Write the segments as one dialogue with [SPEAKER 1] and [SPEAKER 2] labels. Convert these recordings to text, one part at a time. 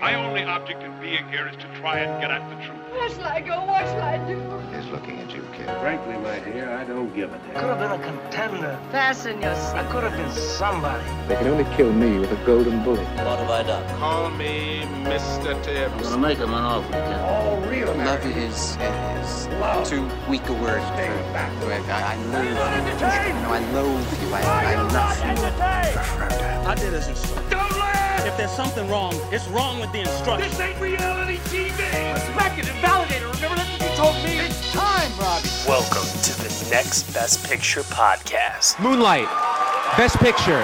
[SPEAKER 1] my only object in being here is to try and get at the truth.
[SPEAKER 2] Where shall I go? What shall I do?
[SPEAKER 3] is looking at you, kid.
[SPEAKER 1] Frankly, my dear, I don't give a damn.
[SPEAKER 4] Could have been a contender.
[SPEAKER 2] Fasten your
[SPEAKER 4] I could have been somebody.
[SPEAKER 5] They can only kill me with a golden bullet.
[SPEAKER 6] What have I done?
[SPEAKER 7] Call me Mr. Tibbs.
[SPEAKER 6] gonna make him an offer.
[SPEAKER 4] All real
[SPEAKER 5] Love is, is too weak a word for. I, I loathe you. No, I loathe you. I, I love you.
[SPEAKER 4] I did as instructed. Don't laugh! If there's something wrong, it's wrong with the instruction. This ain't reality TV! Respect it and validate it. Remember that's what you told me. It's time, Robbie.
[SPEAKER 8] Welcome to the next Best Picture podcast.
[SPEAKER 9] Moonlight, Best Picture.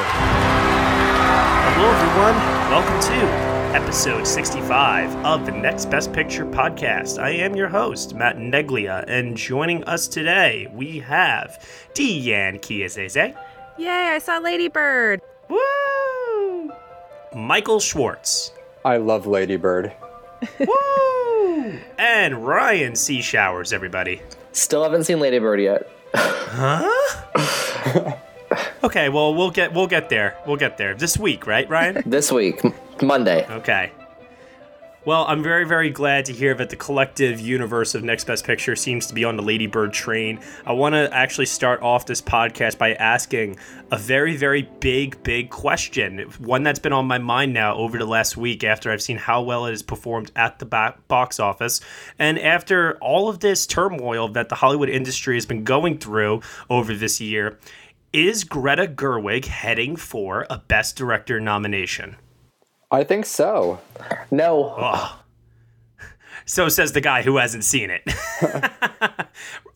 [SPEAKER 8] Hello, everyone. Welcome to episode 65 of the Next Best Picture podcast. I am your host, Matt Neglia, and joining us today we have Deanne Kiesese.
[SPEAKER 10] Yay, I saw Ladybird.
[SPEAKER 8] Woo! Michael Schwartz.
[SPEAKER 5] I love Ladybird.
[SPEAKER 8] Woo! and Ryan C. Showers, everybody.
[SPEAKER 6] Still haven't seen Lady Bird yet.
[SPEAKER 8] Huh? okay, well we'll get we'll get there. We'll get there. This week, right, Ryan?
[SPEAKER 6] This week, Monday.
[SPEAKER 8] Okay. Well, I'm very, very glad to hear that the collective universe of Next Best Picture seems to be on the Ladybird train. I want to actually start off this podcast by asking a very, very big, big question. One that's been on my mind now over the last week after I've seen how well it has performed at the ba- box office. And after all of this turmoil that the Hollywood industry has been going through over this year, is Greta Gerwig heading for a Best Director nomination?
[SPEAKER 5] I think so.
[SPEAKER 6] No,
[SPEAKER 5] Ah.
[SPEAKER 8] Oh. So says the guy who hasn't seen it.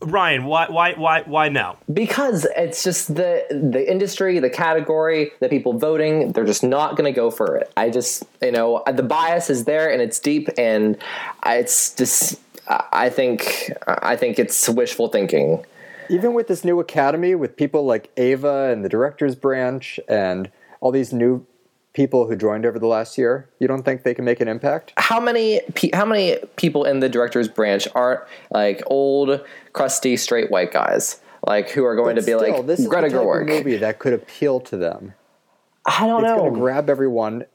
[SPEAKER 8] Ryan, why why why why no?
[SPEAKER 6] because it's just the the industry, the category, the people voting. They're just not going to go for it. I just, you know, the bias is there and it's deep, and it's just. I I think I think it's wishful thinking.
[SPEAKER 5] Even with this new academy, with people like Ava and the director's branch and all these new people who joined over the last year, you don't think they can make an impact?
[SPEAKER 6] how many pe- how many people in the director's branch are like old, crusty, straight white guys like who are going to be
[SPEAKER 5] Still,
[SPEAKER 6] like
[SPEAKER 5] this is
[SPEAKER 6] Greta
[SPEAKER 5] the type of
[SPEAKER 6] Gerwig?
[SPEAKER 5] movie that could appeal to them.
[SPEAKER 6] I don't
[SPEAKER 5] It's going to
[SPEAKER 6] know.
[SPEAKER 5] grab everyone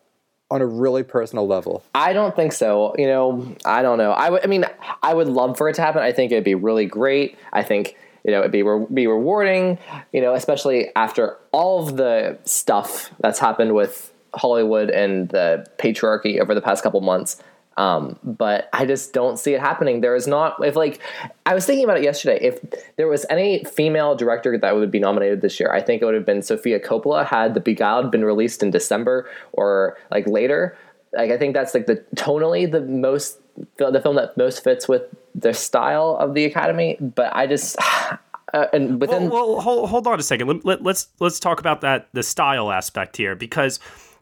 [SPEAKER 5] on a really personal level.
[SPEAKER 6] I don't think so. You know, I don't know. I would. I mean, I would love for it to happen. I think it'd be really great. I think you know it'd be re- be rewarding. You know, especially after all of the stuff that's happened with Hollywood and the patriarchy over the past couple months. Um, but I just don't see it happening. There is not if like I was thinking about it yesterday. If there was any female director that would be nominated this year, I think it would have been Sofia Coppola had The Beguiled been released in December or like later like I think that's like the tonally the most the film that most fits with the style of the Academy. But I just uh, and within
[SPEAKER 8] Well, well hold, hold on a second. Let, let, let's let's talk about that the style aspect here because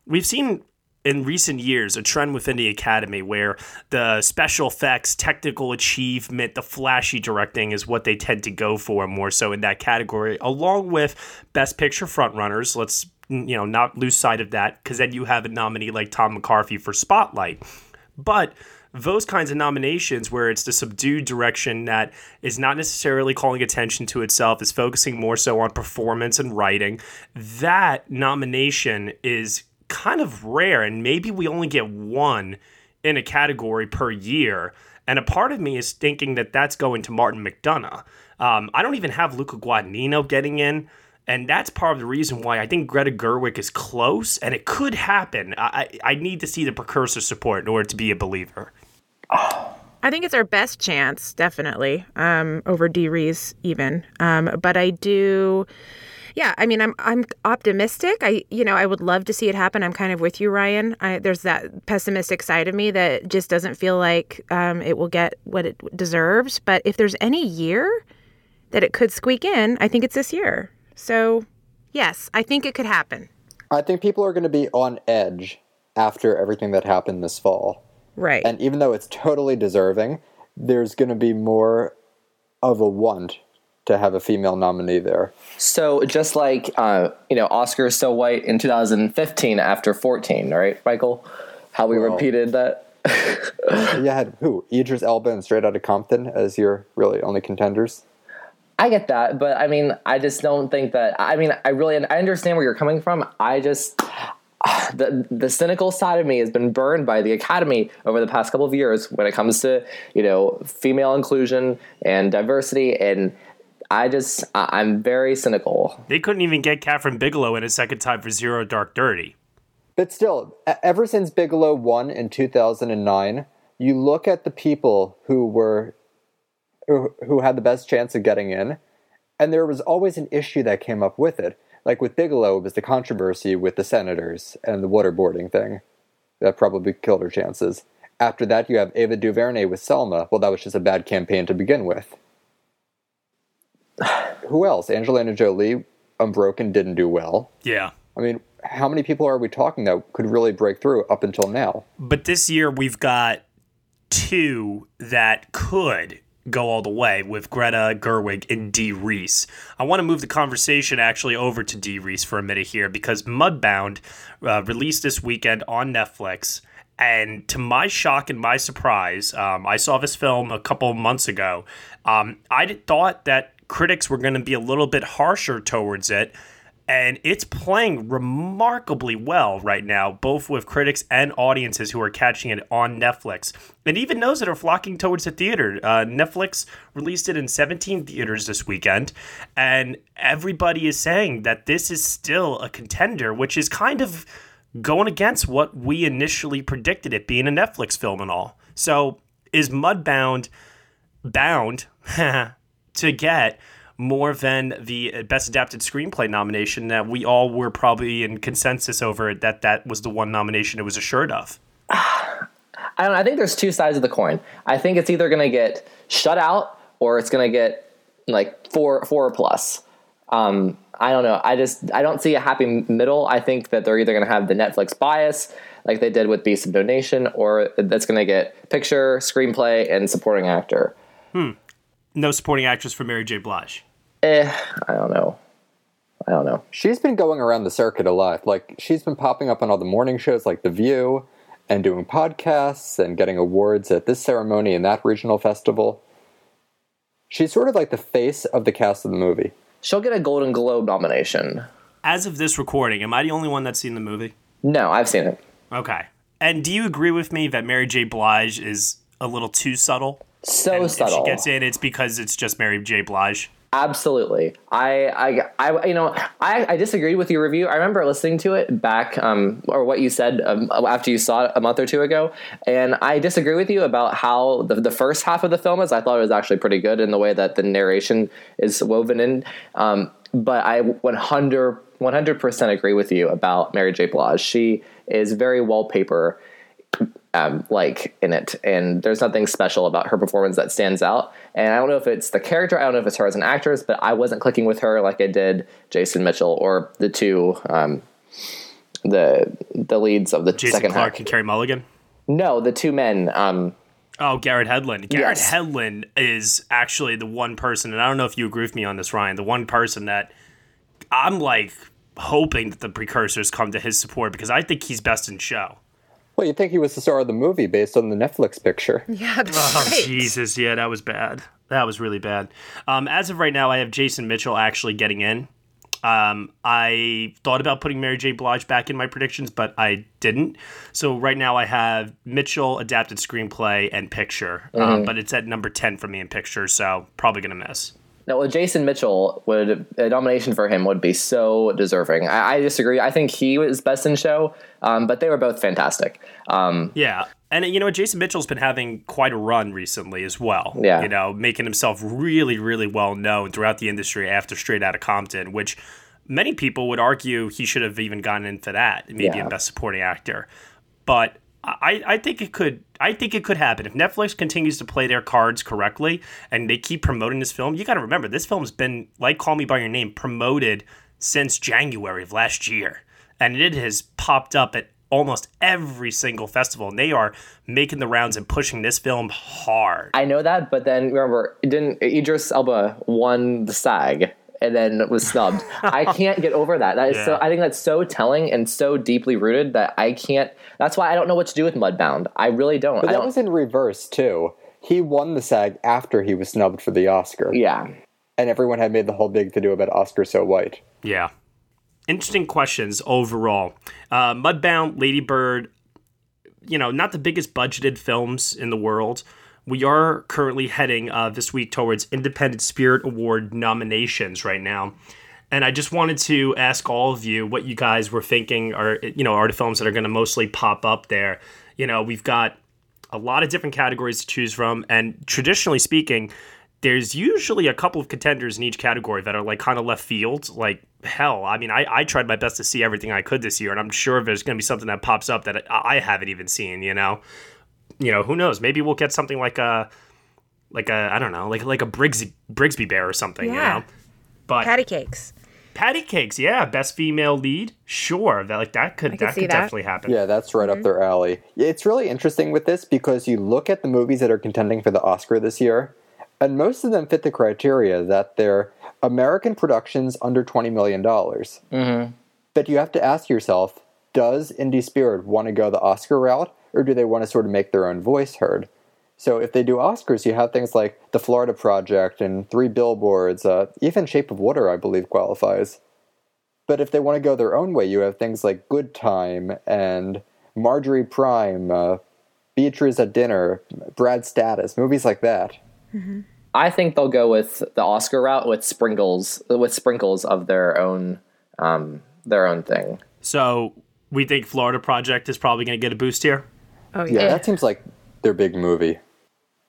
[SPEAKER 8] we've seen in recent years a trend within the academy where the special effects, technical achievement, the flashy directing is what they tend to go for more so in that category, along with best picture frontrunners. Let's you know not lose sight of that because then you have a nominee like Tom McCarthy for Spotlight. But those kinds of nominations where it's the subdued direction that is not necessarily calling attention to itself, is focusing more so on performance and writing, that nomination is kind of rare. And maybe we only get one in a category per year. And a part of me is thinking that that's going to Martin McDonough. Um, I don't even have Luca Guadagnino getting in. And that's part of the reason why I think Greta Gerwig is close, and it could happen. I, I I need to see the precursor support in order to be a believer.
[SPEAKER 10] I think it's our best chance, definitely, um, over D Rees even. Um, but I do, yeah. I mean, I'm I'm optimistic. I you know I would love to see it happen. I'm kind of with you, Ryan. I, there's that pessimistic side of me that just doesn't feel like um, it will get what it deserves. But if there's any year that it could squeak in, I think it's this year. So yes, I think it could happen.
[SPEAKER 5] I think people are going to be on edge after everything that happened this fall.
[SPEAKER 10] Right.
[SPEAKER 5] And even though it's totally deserving, there's going to be more of a want to have a female nominee there.
[SPEAKER 6] so just like uh, you know Oscar is so white in 2015 after 14, right, Michael? How we repeated that.
[SPEAKER 5] You had who? Idris Elba and Straight Outta Compton as your really only contenders.
[SPEAKER 6] I get that, but I mean, I just don't think that. I mean, I really, I understand where you're coming from. I just, the the cynical side of me has been burned by the Academy over the past couple of years when it comes to you know female inclusion and diversity, and I just, I, I'm very cynical.
[SPEAKER 8] They couldn't even get Catherine Bigelow in a second time for Zero Dark Dirty.
[SPEAKER 5] But still, e- ever since Bigelow won in 2009, you look at the people who were who who had the best chance of getting in, and there was always an issue that came up with it. Like with Bigelow, it was the controversy with the senators and the waterboarding thing that probably killed her chances. After that, you have Ava DuVernay with Selma. Well, that was just a bad campaign to begin with. who else? Angelina Jolie, Unbroken didn't do well.
[SPEAKER 8] Yeah.
[SPEAKER 5] I mean, how many people are we talking that could really break through up until now?
[SPEAKER 8] But this year we've got two that could go all the way with Greta Gerwig and Dee Reese. I want to move the conversation actually over to Dee Reese for a minute here because Mudbound uh, released this weekend on Netflix. And to my shock and my surprise, um, I saw this film a couple months ago. Um, I d- thought that critics were going to be a little bit harsher towards it and it's playing remarkably well right now, both with critics and audiences who are catching it on Netflix. And even those that are flocking towards the theater. Uh, Netflix released it in 17 theaters this weekend, and everybody is saying that this is still a contender, which is kind of going against what we initially predicted it being a Netflix film and all. So is Mudbound bound to get more than the best adapted screenplay nomination that we all were probably in consensus over that that was the one nomination it was assured of.
[SPEAKER 6] I don't. I think there's two sides of the coin. I think it's either going to get shut out or it's going to get like four four plus. Um, I don't know. I just I don't see a happy m- middle. I think that they're either going to have the Netflix bias like they did with Beast of Donation, or that's going to get picture, screenplay, and supporting actor.
[SPEAKER 8] No supporting actress for Mary J. Blige.
[SPEAKER 6] Eh, I don't know. I don't know.
[SPEAKER 5] She's been going around the circuit a lot. Like, she's been popping up on all the morning shows like The View and doing podcasts and getting awards at this ceremony and that regional festival. She's sort of like the face of the cast of the movie.
[SPEAKER 6] She'll get a Golden Globe nomination.
[SPEAKER 8] As of this recording, am I the only one that's seen the movie?
[SPEAKER 6] No, I've seen it.
[SPEAKER 8] Okay. And do you agree with me that Mary J. Blige is a little too subtle?
[SPEAKER 6] So
[SPEAKER 8] And If
[SPEAKER 6] subtle.
[SPEAKER 8] she gets in, it's because it's just Mary J. Blige.
[SPEAKER 6] Absolutely. I, I, I, you know, I, I disagreed with your review. I remember listening to it back, um, or what you said um, after you saw it a month or two ago, and I disagree with you about how the, the first half of the film is. I thought it was actually pretty good in the way that the narration is woven in. Um, but I 100 percent agree with you about Mary J. Blige. She is very wallpaper um, like in it, and there's nothing special about her performance that stands out. And I don't know if it's the character, I don't know if it's her as an actress, but I wasn't clicking with her like I did Jason Mitchell or the two um, the the leads of the
[SPEAKER 8] Jason
[SPEAKER 6] second
[SPEAKER 8] Clark
[SPEAKER 6] half.
[SPEAKER 8] and Carrie Mulligan.
[SPEAKER 6] No, the two men. Um,
[SPEAKER 8] Oh, Garrett Hedlund. Garrett
[SPEAKER 6] Yes.
[SPEAKER 8] Hedlund is actually the one person, and I don't know if you agree with me on this, Ryan. The one person that I'm like hoping that the precursors come to his support because I think he's best in show.
[SPEAKER 5] Well, you'd think he was the star of the movie based on the Netflix picture.
[SPEAKER 6] Mm-hmm.
[SPEAKER 10] Yeah,
[SPEAKER 8] Oh,
[SPEAKER 10] right.
[SPEAKER 8] Jesus. Yeah, that was bad. That was really bad. Um, as of right now, I have Jason Mitchell actually getting in. Um, I thought about putting Mary J. Blige back in my predictions, but I didn't. So right now I have Mitchell adapted screenplay and picture, um, but it's at number ten for me in picture, so probably gonna miss.
[SPEAKER 6] no, well, Jason Mitchell would a nomination for him would be so deserving. I, I disagree. I think he was best in show, um, but they were both fantastic. Um,
[SPEAKER 8] Yeah. And you know what? Jason Mitchell's been having quite a run recently as well.
[SPEAKER 6] Yeah.
[SPEAKER 8] You know, making himself really, really well known throughout the industry after Straight Outta Compton, which many people would argue he should have even gotten in for that, maybe
[SPEAKER 6] Yeah.
[SPEAKER 8] a Best Supporting Actor. But I, I think it could. I think it could happen if Netflix continues to play their cards correctly and they keep promoting this film. You got to remember, this film's been like Call Me by Your Name promoted since January of last year, and it has popped up at almost every single festival. And they are making the rounds and pushing this film hard.
[SPEAKER 6] I know that, but then remember, it didn't Idris Elba won the SAG and then was snubbed? I can't get over that. That is so.
[SPEAKER 8] Yeah.
[SPEAKER 6] I think that's so telling and so deeply rooted that I can't. That's why I don't know what to do with Mudbound. I really don't.
[SPEAKER 5] But
[SPEAKER 6] I
[SPEAKER 5] that
[SPEAKER 6] don't.
[SPEAKER 5] was in reverse, too. He won the SAG after he was snubbed for the Oscar.
[SPEAKER 6] yeah.
[SPEAKER 5] and everyone had made the whole big to do about Oscar so white.
[SPEAKER 8] Yeah. Interesting questions overall. Uh, Mudbound, Ladybird, you know, not the biggest budgeted films in the world. We are currently heading uh, this week towards Independent Spirit Award nominations right now. And I just wanted to ask all of you what you guys were thinking are, you know, are the films that are going to mostly pop up there. You know, we've got a lot of different categories to choose from. And traditionally speaking, there's usually a couple of contenders in each category that are like kind of left field. Like, hell, I mean, I, I tried my best to see everything I could this year, and I'm sure there's going to be something that pops up that I, I haven't even seen, you know? You know, who knows? Maybe we'll get something like a, like a, I don't know, like like a Briggs, Brigsby Bear or something,
[SPEAKER 10] Yeah.
[SPEAKER 8] you know? But
[SPEAKER 10] Patty cakes.
[SPEAKER 8] Patty Cakes, yeah, best female lead, sure. That like that could
[SPEAKER 10] could
[SPEAKER 8] that
[SPEAKER 10] see
[SPEAKER 8] could
[SPEAKER 10] that.
[SPEAKER 8] definitely happen.
[SPEAKER 5] Yeah, that's right up their alley. Yeah, It's really interesting with this because you look at the movies that are contending for the Oscar this year, and most of them fit the criteria that they're American productions under $20 million. Mm-hmm. That you have to ask yourself does Indie Spirit want to go the Oscar route, or do they want to sort of make their own voice heard? So if they do Oscars, you have things like The Florida Project and Three Billboards, uh, even Shape of Water, I believe, qualifies. But if they want to go their own way, you have things like Good Time and Marjorie Prime, uh, Beatrice at Dinner, Brad Status, movies like that.
[SPEAKER 6] I think they'll go with the Oscar route with sprinkles with sprinkles of their own um, their own thing.
[SPEAKER 8] So we think Florida Project is probably going to get a boost here.
[SPEAKER 10] Oh
[SPEAKER 5] Yeah,
[SPEAKER 10] yeah.
[SPEAKER 5] that seems like their big movie.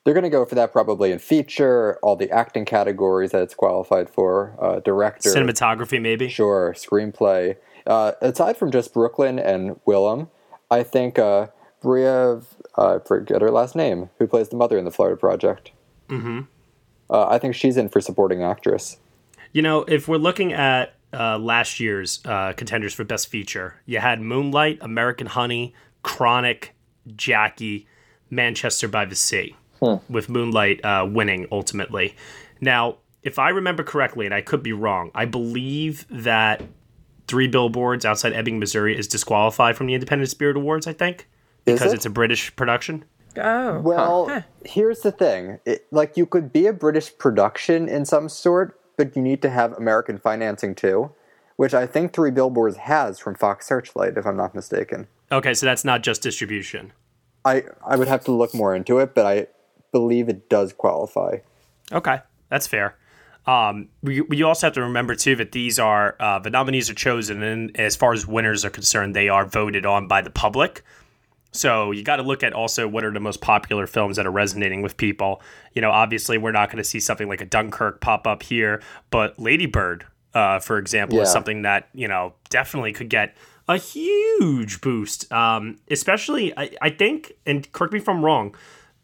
[SPEAKER 5] They're going to go for that probably in feature, all the acting categories that it's qualified for, uh, director,
[SPEAKER 8] Cinematography, maybe.
[SPEAKER 5] sure, screenplay. Uh, aside from just Brooklyn and Willem, I think uh, Bria, uh, I forget her last name, who plays the mother in the Florida Project. Mm-hmm. Uh, I think she's in for supporting actress.
[SPEAKER 8] You know, if we're looking at uh, last year's uh, contenders for Best Feature, you had Moonlight, American Honey, Chronic, Jackie, Manchester by the Sea,
[SPEAKER 5] Hmm.
[SPEAKER 8] with Moonlight uh, winning ultimately. Now, if I remember correctly, and I could be wrong, I believe that Three Billboards Outside Ebbing, Missouri is disqualified from the Independent Spirit Awards, I think,
[SPEAKER 5] Is
[SPEAKER 8] because
[SPEAKER 5] it?
[SPEAKER 8] it's a British production.
[SPEAKER 10] Oh.
[SPEAKER 5] Well,
[SPEAKER 10] Huh.
[SPEAKER 5] here's the thing. It, like, you could be a British production in some sort, but you need to have American financing too, which I think Three Billboards has from Fox Searchlight, if I'm not mistaken.
[SPEAKER 8] Okay, so that's not just distribution.
[SPEAKER 5] I, I would have to look more into it, but I believe it does qualify.
[SPEAKER 8] Okay, that's fair. Um, we, we also have to remember too that these are uh, the nominees are chosen, and as far as winners are concerned, they are voted on by the public. So you got to look at also what are the most popular films that are resonating with people. You know, obviously we're not going to see something like a Dunkirk pop up here, but Lady Bird, uh, for example, is
[SPEAKER 5] Yeah.
[SPEAKER 8] something that you know definitely could get a huge boost. Um, especially, I, I think, and correct me if I'm wrong.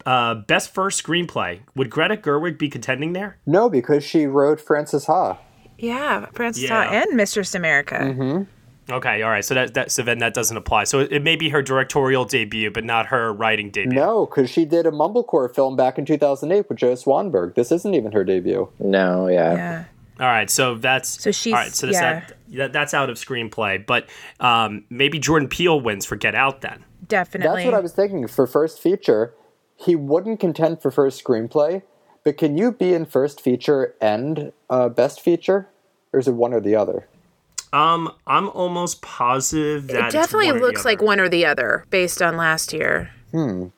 [SPEAKER 8] Uh, best first screenplay. Would Greta Gerwig be contending there?
[SPEAKER 5] No, because she wrote Frances Ha.
[SPEAKER 10] Yeah. Francis
[SPEAKER 8] Yeah.
[SPEAKER 10] Ha and Mistress America.
[SPEAKER 8] Okay, all right. So that, that so then that doesn't apply. So it, it may be her directorial debut, but not her writing debut.
[SPEAKER 5] No, because she did a Mumblecore film back in 2008 with Joe Swanberg. This isn't even her debut.
[SPEAKER 6] No, yeah.
[SPEAKER 10] Yeah.
[SPEAKER 8] All right, so that's
[SPEAKER 10] So she's-
[SPEAKER 8] all right. So that's
[SPEAKER 10] yeah.
[SPEAKER 8] that, that, that's out of screenplay, but um, maybe Jordan Peele wins for Get Out then.
[SPEAKER 10] Definitely.
[SPEAKER 5] That's what I was thinking. For first feature, he wouldn't contend for first screenplay, but can you be in first feature and uh, best feature? Or is it one or the other?
[SPEAKER 8] Um, I'm almost positive that
[SPEAKER 10] it
[SPEAKER 8] it's
[SPEAKER 10] definitely
[SPEAKER 8] one or the
[SPEAKER 10] looks like
[SPEAKER 8] other.
[SPEAKER 10] one or the other based on last year.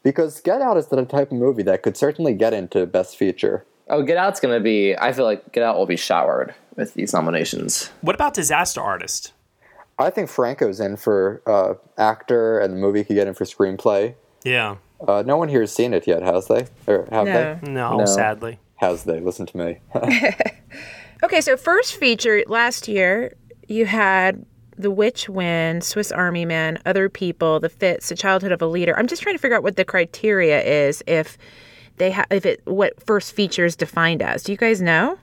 [SPEAKER 5] Because Get Out is the type of movie that could certainly get into best feature.
[SPEAKER 6] Oh, Get Out's gonna be. I feel like Get Out will be showered with these nominations.
[SPEAKER 8] What about Disaster Artist?
[SPEAKER 5] I think Franco's in for uh, actor, and the movie could get in for screenplay.
[SPEAKER 8] Yeah,
[SPEAKER 5] Uh, no one here has seen it yet, has they? Or have
[SPEAKER 10] No.
[SPEAKER 5] they?
[SPEAKER 8] no, sadly.
[SPEAKER 5] Has they? Listen to me.
[SPEAKER 10] Okay, so first feature last year, you had The Witch Win, Swiss Army Man, Other People, The Fits, The Childhood of a Leader. I'm just trying to figure out what the criteria is if they have if it what first feature is defined as. Do you guys know?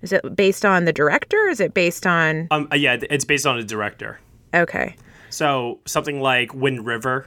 [SPEAKER 10] Is it based on the director? Is it based on
[SPEAKER 8] Um, uh, yeah, it's based on a director.
[SPEAKER 10] okay?
[SPEAKER 8] So something like Wind River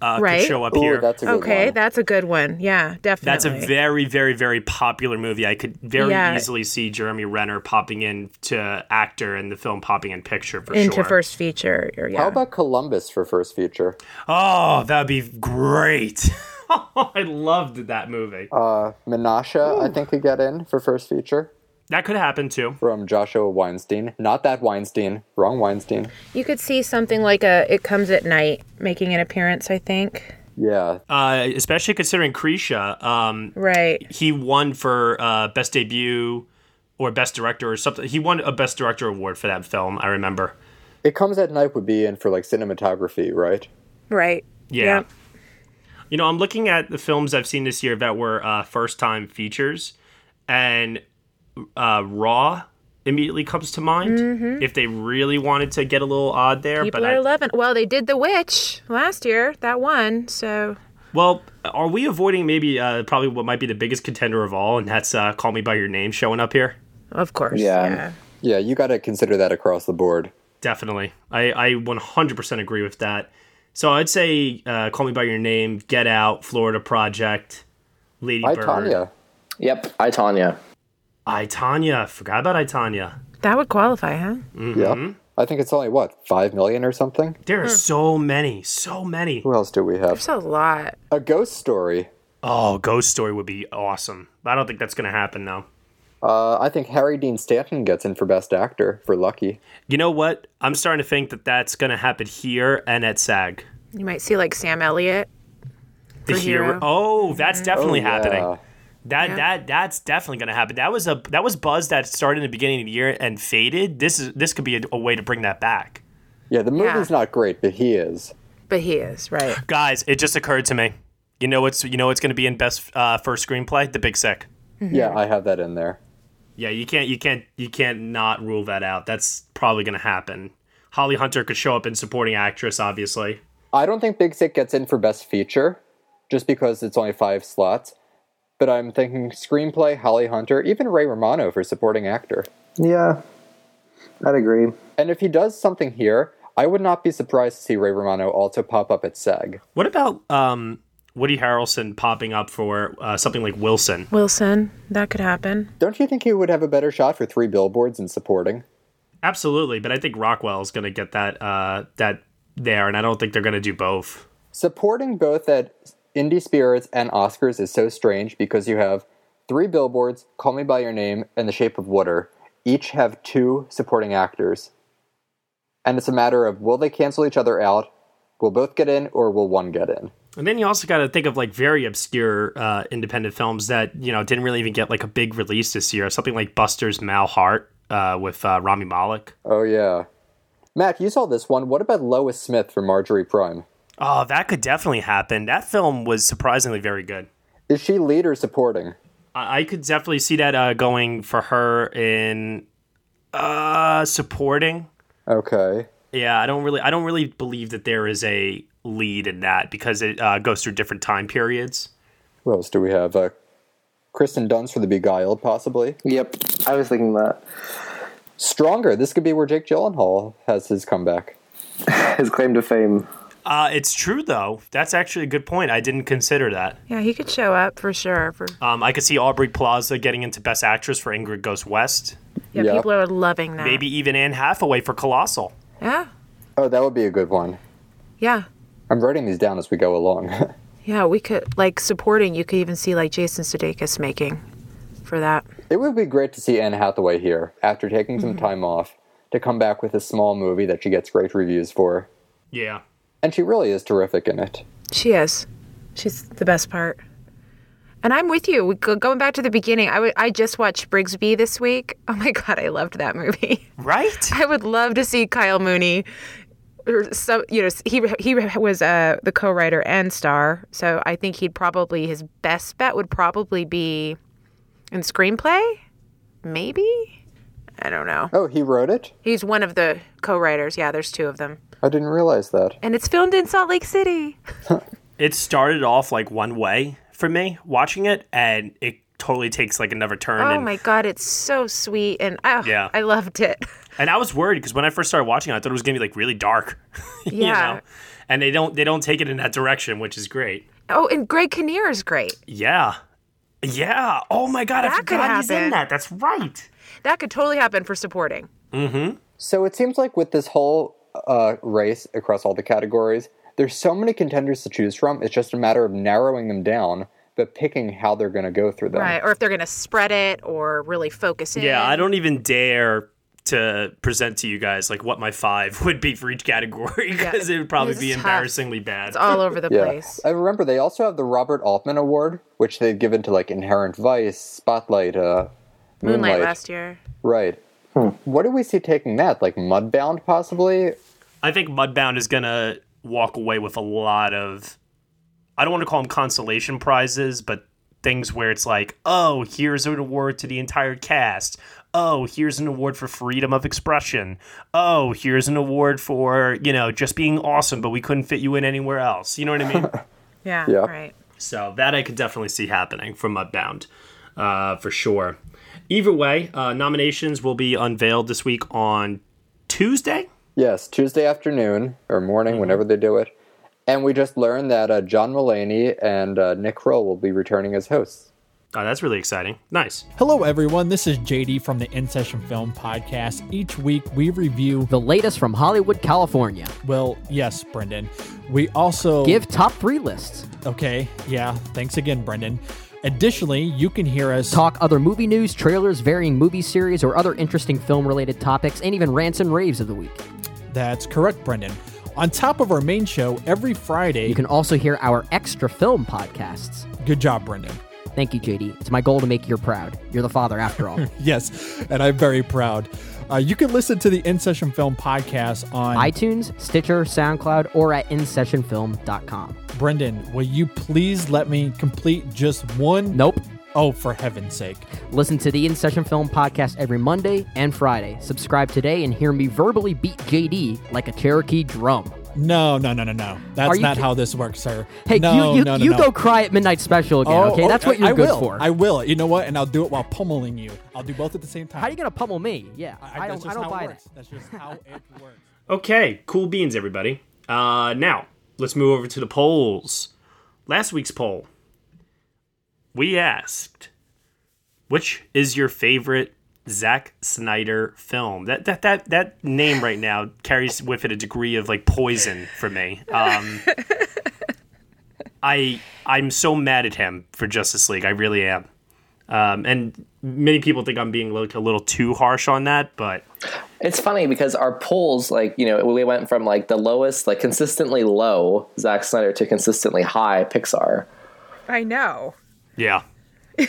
[SPEAKER 8] uh,
[SPEAKER 10] Right.
[SPEAKER 8] could show up
[SPEAKER 5] Ooh,
[SPEAKER 8] here.
[SPEAKER 5] that's a good
[SPEAKER 10] Okay,
[SPEAKER 5] one.
[SPEAKER 10] that's a good one. Yeah, definitely.
[SPEAKER 8] That's a very, very, very popular movie. I could very
[SPEAKER 10] Yeah.
[SPEAKER 8] easily see Jeremy Renner popping in to actor and the film popping in picture for
[SPEAKER 10] into
[SPEAKER 8] sure.
[SPEAKER 10] first feature. Or, yeah.
[SPEAKER 5] How about Columbus for first feature?
[SPEAKER 8] oh, that'd be great. I loved that movie.
[SPEAKER 5] Uh, Menasha, I think, could get in for first feature
[SPEAKER 8] that could happen too.
[SPEAKER 5] from Joshua Weinstein. Not that Weinstein, wrong Weinstein.
[SPEAKER 10] You could see something like a It Comes at Night making an appearance, I think.
[SPEAKER 5] Yeah,
[SPEAKER 8] Uh, especially considering Krisha, um,
[SPEAKER 10] Right.
[SPEAKER 8] he won for uh, best debut or best director or something. He won a best director award for that film. I remember.
[SPEAKER 5] it comes at night would be in for like cinematography, right?
[SPEAKER 10] Right.
[SPEAKER 8] Yeah.
[SPEAKER 10] Yeah.
[SPEAKER 8] You know, I'm looking at the films I've seen this year that were uh, first time features, and uh, Raw immediately comes to mind. If they really wanted to get a little odd there,
[SPEAKER 10] Mm-hmm. People
[SPEAKER 8] but
[SPEAKER 10] are
[SPEAKER 8] I,
[SPEAKER 10] loving. Well, they did The Witch last year, that one. So
[SPEAKER 8] well, are we avoiding maybe uh, probably what might be the biggest contender of all, and that's uh, Call Me by Your Name showing up here?
[SPEAKER 10] of course.
[SPEAKER 6] Yeah.
[SPEAKER 5] Yeah, you got to consider that across the board.
[SPEAKER 8] Definitely. I, I 100% agree with that. So I'd say uh, Call Me By Your Name, Get Out, Florida Project, Lady
[SPEAKER 5] I
[SPEAKER 8] Bird.
[SPEAKER 5] Tanya.
[SPEAKER 6] Yep, I Tanya.
[SPEAKER 8] I, Tanya. Forgot about I, Tanya.
[SPEAKER 10] That would qualify, huh?
[SPEAKER 5] Yeah, I think it's only what five million or something.
[SPEAKER 8] There are so many, so many.
[SPEAKER 5] Who else do we have?
[SPEAKER 10] That's a lot.
[SPEAKER 5] A Ghost Story.
[SPEAKER 8] Oh, Ghost Story would be awesome. I don't think that's going to happen, though.
[SPEAKER 5] Uh, I think Harry Dean Stanton gets in for Best Actor for Lucky.
[SPEAKER 8] You know what? I'm starting to think that that's going to happen here and at SAG.
[SPEAKER 10] You might see like Sam Elliott.
[SPEAKER 8] The
[SPEAKER 10] For Hero.
[SPEAKER 8] Oh, that's definitely happening.
[SPEAKER 5] Yeah.
[SPEAKER 8] That that that's definitely going to happen. That was a that was buzz that started in the beginning of the year and faded. This is this could be a, a way to bring that back.
[SPEAKER 5] Yeah, the movie's not great, but he is.
[SPEAKER 10] But he is, right.
[SPEAKER 8] Guys, it just occurred to me. You know what's you know what's going to be in best uh, first screenplay? The Big Sick.
[SPEAKER 10] Mm-hmm.
[SPEAKER 5] Yeah, I have that in there.
[SPEAKER 8] Yeah, you can't you can't you can't not rule that out. That's probably going to happen. Holly Hunter could show up in supporting actress, obviously.
[SPEAKER 5] I don't think Big Sick gets in for Best Feature, just because it's only five slots. But I'm thinking screenplay, Holly Hunter, even Ray Romano for supporting actor.
[SPEAKER 6] Yeah, I'd agree.
[SPEAKER 5] And if he does something here, I would not be surprised to see Ray Romano also pop up at SAG.
[SPEAKER 8] What about um, Woody Harrelson popping up for uh, something like Wilson?
[SPEAKER 10] Wilson, that could happen.
[SPEAKER 5] Don't you think he would have a better shot for three billboards and supporting?
[SPEAKER 8] Absolutely, but I think Rockwell is going to get that uh, that there, and I don't think they're going to do both.
[SPEAKER 5] Supporting both at Indie Spirits and Oscars is so strange because you have three billboards, Call Me By Your Name, and The Shape of Water. Each have two supporting actors. And it's a matter of will they cancel each other out? Will both get in or will one get in?
[SPEAKER 8] And then you also got to think of like very obscure uh, independent films that you know didn't really even get like a big release this year. Something like Buster's Malheart uh, with uh, Rami Malek.
[SPEAKER 5] Oh, yeah. Matt, you saw this one. What about Lois Smith from Marjorie Prime?
[SPEAKER 8] Oh, that could definitely happen. That film was surprisingly very good.
[SPEAKER 5] Is she lead or supporting?
[SPEAKER 8] I, I could definitely see that uh, going for her in uh, supporting.
[SPEAKER 5] Okay.
[SPEAKER 8] Yeah, I don't really, I don't really believe that there is a lead in that because it uh, goes through different time periods.
[SPEAKER 5] Who else do we have? Uh, Kristen Dunst for The Beguiled, possibly.
[SPEAKER 6] Yep, I was thinking that
[SPEAKER 5] Stronger. This could be where Jake Gyllenhaal has his comeback.
[SPEAKER 6] his claim to fame.
[SPEAKER 8] Uh, it's true though. That's actually a good point. I didn't consider that.
[SPEAKER 10] Yeah, he could show up for sure. For
[SPEAKER 8] Um, I could see Aubrey Plaza getting into Best Actress for Ingrid Goes West.
[SPEAKER 10] yeah,
[SPEAKER 5] Yeah.
[SPEAKER 10] people are loving that.
[SPEAKER 8] Maybe even Anne Hathaway for Colossal.
[SPEAKER 10] Yeah.
[SPEAKER 5] Oh, that would be a good one.
[SPEAKER 10] Yeah.
[SPEAKER 5] I'm writing these down as we go along.
[SPEAKER 10] Yeah, we could like supporting. You could even see like Jason Sudeikis making for that.
[SPEAKER 5] it would be great to see Anne Hathaway here after taking
[SPEAKER 10] Mm-hmm.
[SPEAKER 5] some time off to come back with a small movie that she gets great reviews for.
[SPEAKER 8] Yeah.
[SPEAKER 5] And she really is terrific in it.
[SPEAKER 10] She is. She's the best part. And I'm with you. We, go- going back to the beginning, I w- I just watched Brigsby this week. Oh my god, I loved that movie.
[SPEAKER 8] Right.
[SPEAKER 10] I would love to see Kyle Mooney. Or some, you know, he he was uh, the co-writer and star, so I think he'd probably his best bet would probably be in screenplay, maybe. I don't know.
[SPEAKER 5] Oh, he wrote it?
[SPEAKER 10] He's one of the co-writers. Yeah, there's two of them,
[SPEAKER 5] I didn't realize that.
[SPEAKER 10] and it's filmed in Salt Lake City.
[SPEAKER 8] It started off like one way for me watching it, and it totally takes like another turn.
[SPEAKER 10] Oh
[SPEAKER 8] and,
[SPEAKER 10] my God, it's so sweet, and oh,
[SPEAKER 8] Yeah.
[SPEAKER 10] I loved it.
[SPEAKER 8] and I was worried because when I first started watching it, I thought it was gonna be like really dark.
[SPEAKER 10] Yeah.
[SPEAKER 8] You know? And they don't they don't take it in that direction, which is great.
[SPEAKER 10] Oh, and Greg Kinnear is great.
[SPEAKER 8] Yeah. Yeah. Oh my god, I
[SPEAKER 10] That could
[SPEAKER 8] forgot he's in
[SPEAKER 10] happen.
[SPEAKER 8] that. That's right.
[SPEAKER 10] That could totally happen for supporting.
[SPEAKER 5] So it seems like with this whole uh, race across all the categories, There's so many contenders to choose from. It's just a matter of narrowing them down, but picking how they're going to go through them.
[SPEAKER 10] Right. Or if they're going to spread it or really focus in.
[SPEAKER 8] Yeah, I don't even dare to present to you guys like what my five would be for each category because it would probably
[SPEAKER 10] This
[SPEAKER 8] be
[SPEAKER 10] is tough.
[SPEAKER 8] embarrassingly bad.
[SPEAKER 10] It's all over the
[SPEAKER 5] Yeah.
[SPEAKER 10] place.
[SPEAKER 5] I remember they also have the Robert Altman Award, which they've given to like Inherent Vice, Spotlight, uh,
[SPEAKER 10] Moonlight,
[SPEAKER 5] Moonlight.
[SPEAKER 10] last year.
[SPEAKER 5] Right. What do we see taking that? Like Mudbound, possibly?
[SPEAKER 8] I think Mudbound is gonna walk away with a lot of I don't want to call them consolation prizes, but things where it's like, oh, here's an award to the entire cast. Oh, here's an award for freedom of expression. Oh, here's an award for, you know, just being awesome, but we couldn't fit you in anywhere else. You know what I mean?
[SPEAKER 10] Yeah.
[SPEAKER 5] Yeah.
[SPEAKER 10] Right.
[SPEAKER 8] So that I could definitely see happening from Mudbound, uh, for sure. Either way, uh, nominations will be unveiled this week on Tuesday.
[SPEAKER 5] Yes, Tuesday afternoon or morning,
[SPEAKER 10] Mm-hmm.
[SPEAKER 5] whenever they do it. And we just learned that uh, John Mullaney and uh, Nick Kroll will be returning as hosts.
[SPEAKER 8] Oh, that's really exciting. Nice.
[SPEAKER 11] Hello, everyone. This is JD from the In Session Film Podcast. Each week, we review
[SPEAKER 12] The latest from Hollywood, California.
[SPEAKER 11] Well, yes, Brendan. We also
[SPEAKER 12] Give top three lists.
[SPEAKER 11] Okay, yeah. Thanks again, Brendan. Additionally, you can hear us
[SPEAKER 12] Talk other movie news, trailers, varying movie series, or other interesting film related topics, and even rants and raves of the week.
[SPEAKER 11] That's correct, Brendan. On top of our main show every Friday.
[SPEAKER 12] You can also hear our extra film podcasts.
[SPEAKER 11] Good job, Brendan.
[SPEAKER 12] Thank you, JD. It's my goal to make you proud. You're the father, after all.
[SPEAKER 11] Yes, and I'm very proud. Uh, you can listen to the In Session Film Podcast on
[SPEAKER 12] iTunes, Stitcher, SoundCloud, or at InSessionFilm.com.
[SPEAKER 11] Brendan. Will you please let me complete just one?
[SPEAKER 12] Nope.
[SPEAKER 11] Oh, for heaven's sake.
[SPEAKER 12] Listen to the In Session Film podcast every Monday and Friday. Subscribe today and hear me verbally beat JD like a Cherokee drum.
[SPEAKER 11] No, no, no, no, no. That's
[SPEAKER 12] Are you
[SPEAKER 11] not
[SPEAKER 12] ki-
[SPEAKER 11] how this works, sir.
[SPEAKER 12] Hey,
[SPEAKER 11] no,
[SPEAKER 12] you, you,
[SPEAKER 11] no, no,
[SPEAKER 12] you
[SPEAKER 11] no.
[SPEAKER 12] go cry at Midnight Special again,
[SPEAKER 11] Oh,
[SPEAKER 12] okay?
[SPEAKER 11] oh,
[SPEAKER 12] That's what
[SPEAKER 11] I-
[SPEAKER 12] you're
[SPEAKER 11] I
[SPEAKER 12] good
[SPEAKER 11] will.
[SPEAKER 12] for.
[SPEAKER 11] I will. You know what? And I'll do it while pummeling you. I'll do both at the same time.
[SPEAKER 12] How are you gonna pummel me? Yeah, I,
[SPEAKER 11] that's
[SPEAKER 12] don't.
[SPEAKER 11] just
[SPEAKER 12] I don't
[SPEAKER 11] how it
[SPEAKER 12] buy
[SPEAKER 11] works.
[SPEAKER 12] that.
[SPEAKER 11] That's just how it works.
[SPEAKER 8] Okay, cool beans, everybody. Uh, now, let's move over to the polls. Last week's poll, we asked, which is your favorite Zack Snyder film? That that that that name right now carries with it a degree of like poison for me. Um, I I'm so mad at him for Justice League. I really am. Um, and many people think I'm being like a little too harsh on that, but
[SPEAKER 6] It's funny because our polls, like, you know, we went from like the lowest, like consistently low Zack Snyder to consistently high Pixar.
[SPEAKER 10] I know.
[SPEAKER 8] yeah.
[SPEAKER 10] You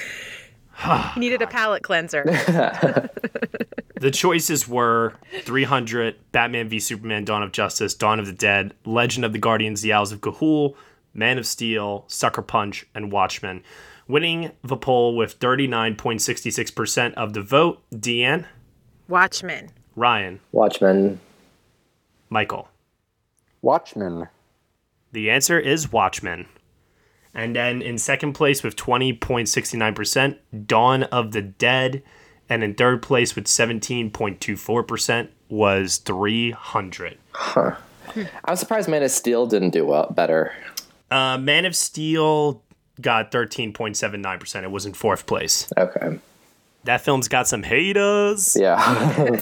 [SPEAKER 10] needed a palate cleanser.
[SPEAKER 8] The choices were 300, Batman v Superman, Dawn of Justice, Dawn of the Dead, Legend of the Guardians, The Owls of Gahul, Man of Steel, Sucker Punch, and Watchmen. Winning the poll with 39.66% of the vote, Deanne,
[SPEAKER 10] Watchmen.
[SPEAKER 8] Ryan,
[SPEAKER 6] Watchmen.
[SPEAKER 8] Michael.
[SPEAKER 5] Watchmen.
[SPEAKER 8] The answer is Watchmen. And then in second place with 20.69%, Dawn of the Dead. And in third place with 17.24% was 300.
[SPEAKER 6] I'm surprised Man of Steel didn't do well, better.
[SPEAKER 8] Uh, Man of Steel got 13.79%. It was in fourth place.
[SPEAKER 6] Okay.
[SPEAKER 8] That film's got some haters.
[SPEAKER 6] Yeah.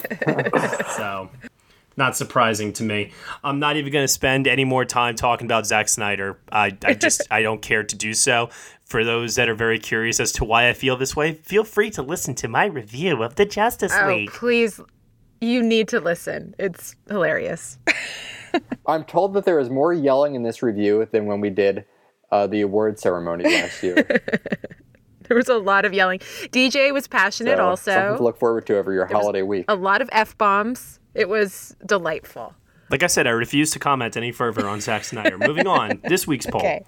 [SPEAKER 8] So, not surprising to me. I'm not even going to spend any more time talking about Zack Snyder. I, I just, I don't care to do so. For those that are very curious as to why I feel this way, feel free to listen to my review of the Justice
[SPEAKER 10] Oh,
[SPEAKER 8] League.
[SPEAKER 10] please. You need to listen. It's hilarious.
[SPEAKER 5] I'm told that there is more yelling in this review than when we did uh, the award ceremony last year.
[SPEAKER 10] There was a lot of yelling. DJ was passionate
[SPEAKER 5] So, something to
[SPEAKER 10] also.
[SPEAKER 5] look forward to over your holiday week.
[SPEAKER 10] A lot of F bombs. It was delightful.
[SPEAKER 8] Like I said, I refuse to comment any further on Zack Snyder. Moving on, this week's
[SPEAKER 5] Oh.
[SPEAKER 8] poll.
[SPEAKER 10] Okay.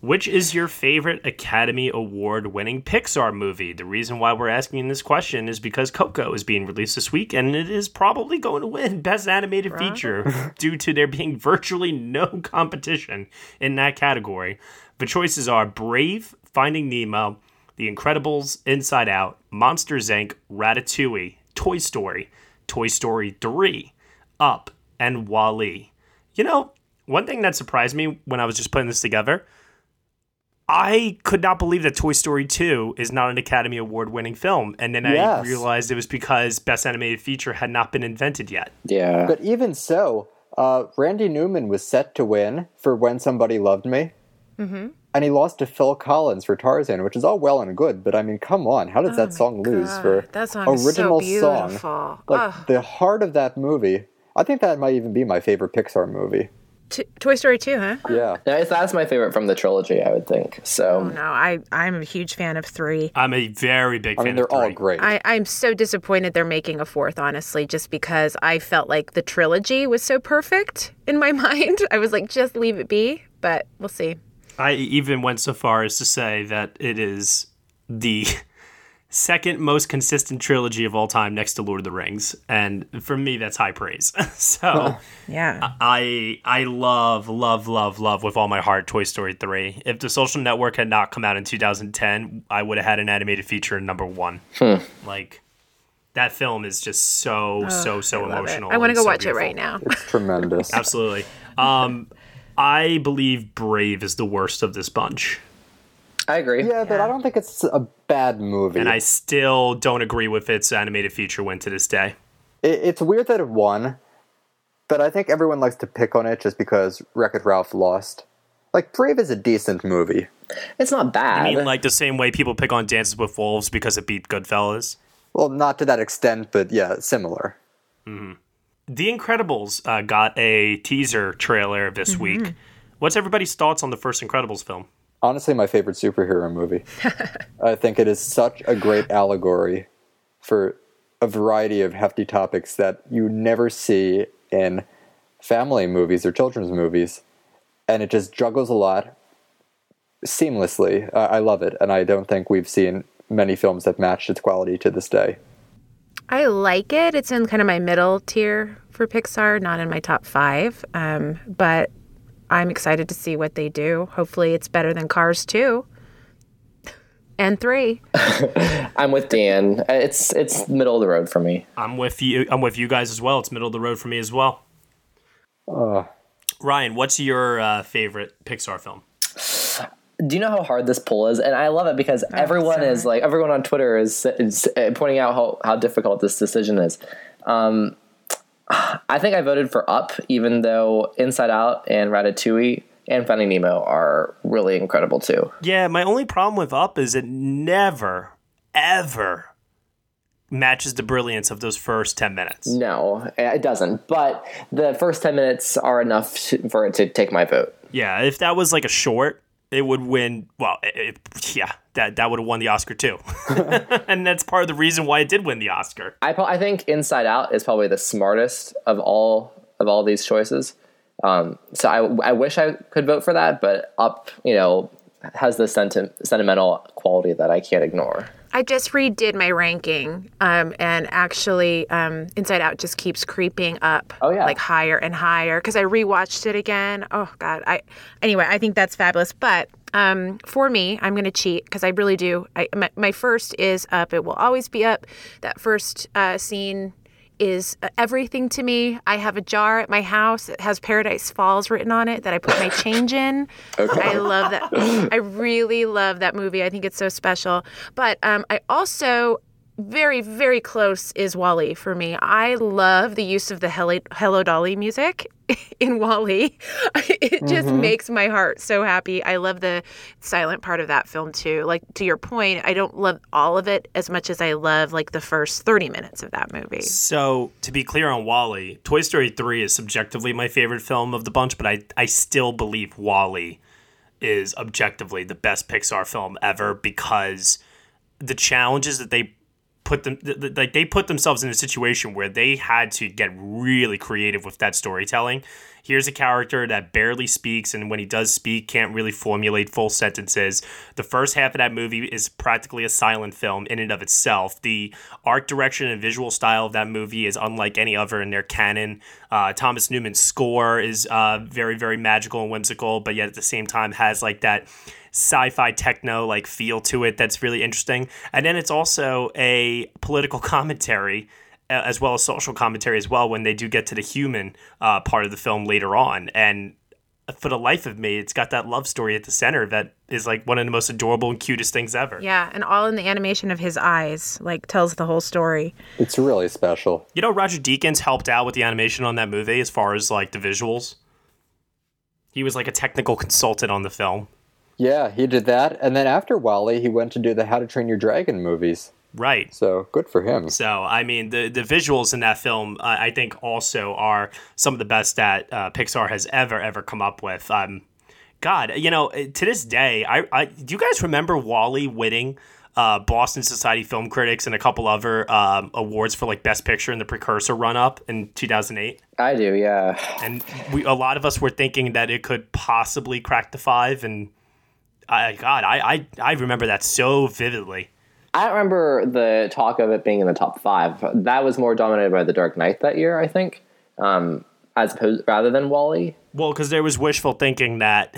[SPEAKER 8] Which is your favorite Academy Award winning Pixar movie? The reason why we're asking this question is because Coco is being released this week and it is probably going to win Best Animated Feature due to there being virtually no competition in that category. The choices are Brave, Finding Nemo, The Incredibles, Inside Out, Monsters Inc., Ratatouille, Toy Story, Toy Story 3, Up, and Wally. You know, one thing that surprised me when I was just putting this together. I could not believe that Toy Story 2 is not an Academy Award winning film. And then I
[SPEAKER 5] Yes.
[SPEAKER 8] realized it was because Best Animated Feature had not been invented yet.
[SPEAKER 6] yeah.
[SPEAKER 5] But even so, Uh, Randy Newman was set to win for When Somebody Loved Me,
[SPEAKER 10] Mm-hmm.
[SPEAKER 5] and he lost to Phil Collins for Tarzan, which is all well and good, but I mean, come on, how does that song lose for
[SPEAKER 10] Oh that song is so
[SPEAKER 5] original song?
[SPEAKER 10] beautiful. Oh,
[SPEAKER 5] Like
[SPEAKER 10] Ugh.
[SPEAKER 5] the heart of that movie. I think that might even be my favorite Pixar movie.
[SPEAKER 10] T- Toy Story 2, huh?
[SPEAKER 5] Yeah,
[SPEAKER 6] that's my favorite from the trilogy. I would think so.
[SPEAKER 10] Oh, no, I, I'm a huge fan of three.
[SPEAKER 8] I'm a very big fan. I mean, they're all
[SPEAKER 5] great.
[SPEAKER 10] I, I'm so disappointed they're making a fourth, honestly, just because I felt like the trilogy was so perfect in my mind. I was like, just leave it be, but we'll see.
[SPEAKER 8] I even went so far as to say that it is the second most consistent trilogy of all time next to Lord of the Rings. And for me, that's high praise. so
[SPEAKER 10] Yeah.
[SPEAKER 8] I I love, love, love, love with all my heart Toy Story 3. If the social network had not come out in 2010, I would have had an animated feature in number one. Like that film is just so, so, so
[SPEAKER 10] Love it.
[SPEAKER 8] emotional.
[SPEAKER 10] I want to
[SPEAKER 8] and
[SPEAKER 10] go
[SPEAKER 8] so
[SPEAKER 10] watch it
[SPEAKER 8] beautiful.
[SPEAKER 10] right now.
[SPEAKER 5] it's tremendous.
[SPEAKER 8] Absolutely. Um, I believe Brave is the worst of this bunch.
[SPEAKER 6] I agree.
[SPEAKER 5] Yeah, but I don't think it's a bad movie.
[SPEAKER 8] and I still don't agree with its animated feature win to this day.
[SPEAKER 5] It, it's weird that it won, but I think everyone likes to pick on it just because Wreck It Ralph lost. Like, Brave is a decent movie.
[SPEAKER 6] It's not bad.
[SPEAKER 8] I mean, like the same way people pick on Dances with Wolves because it beat Goodfellas.
[SPEAKER 5] Well, not to that extent, but yeah, similar.
[SPEAKER 8] The Incredibles uh, got a teaser trailer this week. What's everybody's thoughts on the first Incredibles film?
[SPEAKER 5] Honestly, my favorite superhero movie. I think it is such a great allegory for a variety of hefty topics that you never see in family movies or children's movies, and it just juggles a lot seamlessly. I I love it, and I don't think we've seen many films that matched its quality to this day.
[SPEAKER 10] I like it. It's in kind of my middle tier for Pixar, not in my top five. Um, but I'm excited to see what they do. Hopefully, it's better than Cars 2 and 3.
[SPEAKER 6] I'm with Dan. It's it's middle of the road for me.
[SPEAKER 8] I'm with you. I'm with you guys as well. It's middle of the road for me as well.
[SPEAKER 5] Uh,
[SPEAKER 8] Ryan, what's your uh, favorite Pixar film?
[SPEAKER 6] do you know how hard this poll is? And I love it because everyone is like everyone on Twitter is, is uh, pointing out how, how difficult this decision is. Um, I think I voted for Up, even though Inside Out and Ratatouille and Finding Nemo are really incredible too.
[SPEAKER 8] Yeah, my only problem with Up is it never, ever matches the brilliance of those first ten minutes.
[SPEAKER 6] No, it doesn't. But the first ten minutes are enough to, for it to take my vote.
[SPEAKER 8] Yeah, if that was like a short, it would win. Well, it, it- yeah, that that would have won the Oscar too, and that's part of the reason why it did win the Oscar.
[SPEAKER 6] I, pro- I think Inside Out is probably the smartest of all of all these choices. Um, so I, I wish I could vote for that, but Up, you know, has the senti- sentimental quality that I can't ignore.
[SPEAKER 10] I just redid my ranking, um, and actually, um, Inside Out just keeps creeping up,
[SPEAKER 6] Oh, yeah.
[SPEAKER 10] like higher and higher. Because I rewatched it again. Oh God! I anyway, I think that's fabulous. But um, for me, I'm gonna cheat because I really do. I my, my first is up. It will always be up. That first uh, scene is uh, everything to me. I have a jar at my house. It has Paradise Falls written on it that I put my change in. I love that. I really love that movie. I think it's so special. But um, I also very very close is Wally for me. I love the use of the Hello, Hello Dolly music in Wally. It just makes my heart so happy. I love the silent part of that film too. Like to your point, I don't love all of it as much as I love like the first 30 minutes of that movie.
[SPEAKER 8] So to be clear on Wally, Toy Story three is subjectively my favorite film of the bunch, but I I still believe Wally is objectively the best Pixar film ever because the challenges that they put them th- th- like they put themselves in a situation where they had to get really creative with that storytelling. Here's a character that barely speaks and when he does speak can't really formulate full sentences. The first half of that movie is practically a silent film in and of itself. The art direction and visual style of that movie is unlike any other in their canon. Uh, Thomas Newman's score is uh, very very magical and whimsical, but yet at the same time has like that sci-fi techno like feel to it that's really interesting and then it's also a political commentary uh, as well as social commentary as well when they do get to the human uh, part of the film later on and for the life of me, it's got that love story at the center that is like one of the most adorable and cutest things ever.
[SPEAKER 10] Yeah, and all in the animation of his eyes, like tells the whole story.
[SPEAKER 5] It's really special.
[SPEAKER 8] You know, Roger Deakins helped out with the animation on that movie as far as like the visuals. He was like a technical consultant on the film.
[SPEAKER 5] Yeah, he did that, and then after Wally, he went to do the How to Train Your Dragon movies.
[SPEAKER 8] Right.
[SPEAKER 5] So good for him.
[SPEAKER 8] So I mean, the the visuals in that film, uh, I think, also are some of the best that uh, Pixar has ever ever come up with. Um, God, you know, eh, to this day, I, I do you guys remember Wally winning uh, Boston Society Film Critics and a couple other um, awards for like Best Picture in the precursor run up in 2008?
[SPEAKER 6] I do, yeah.
[SPEAKER 8] And we a lot of us were thinking that it could possibly crack the five, and I, God, I, I I remember that so vividly.
[SPEAKER 6] I don't remember the talk of it being in the top five. That was more dominated by The Dark Knight that year, I think, um, as opposed rather than Wally.
[SPEAKER 8] Well, because there was wishful thinking that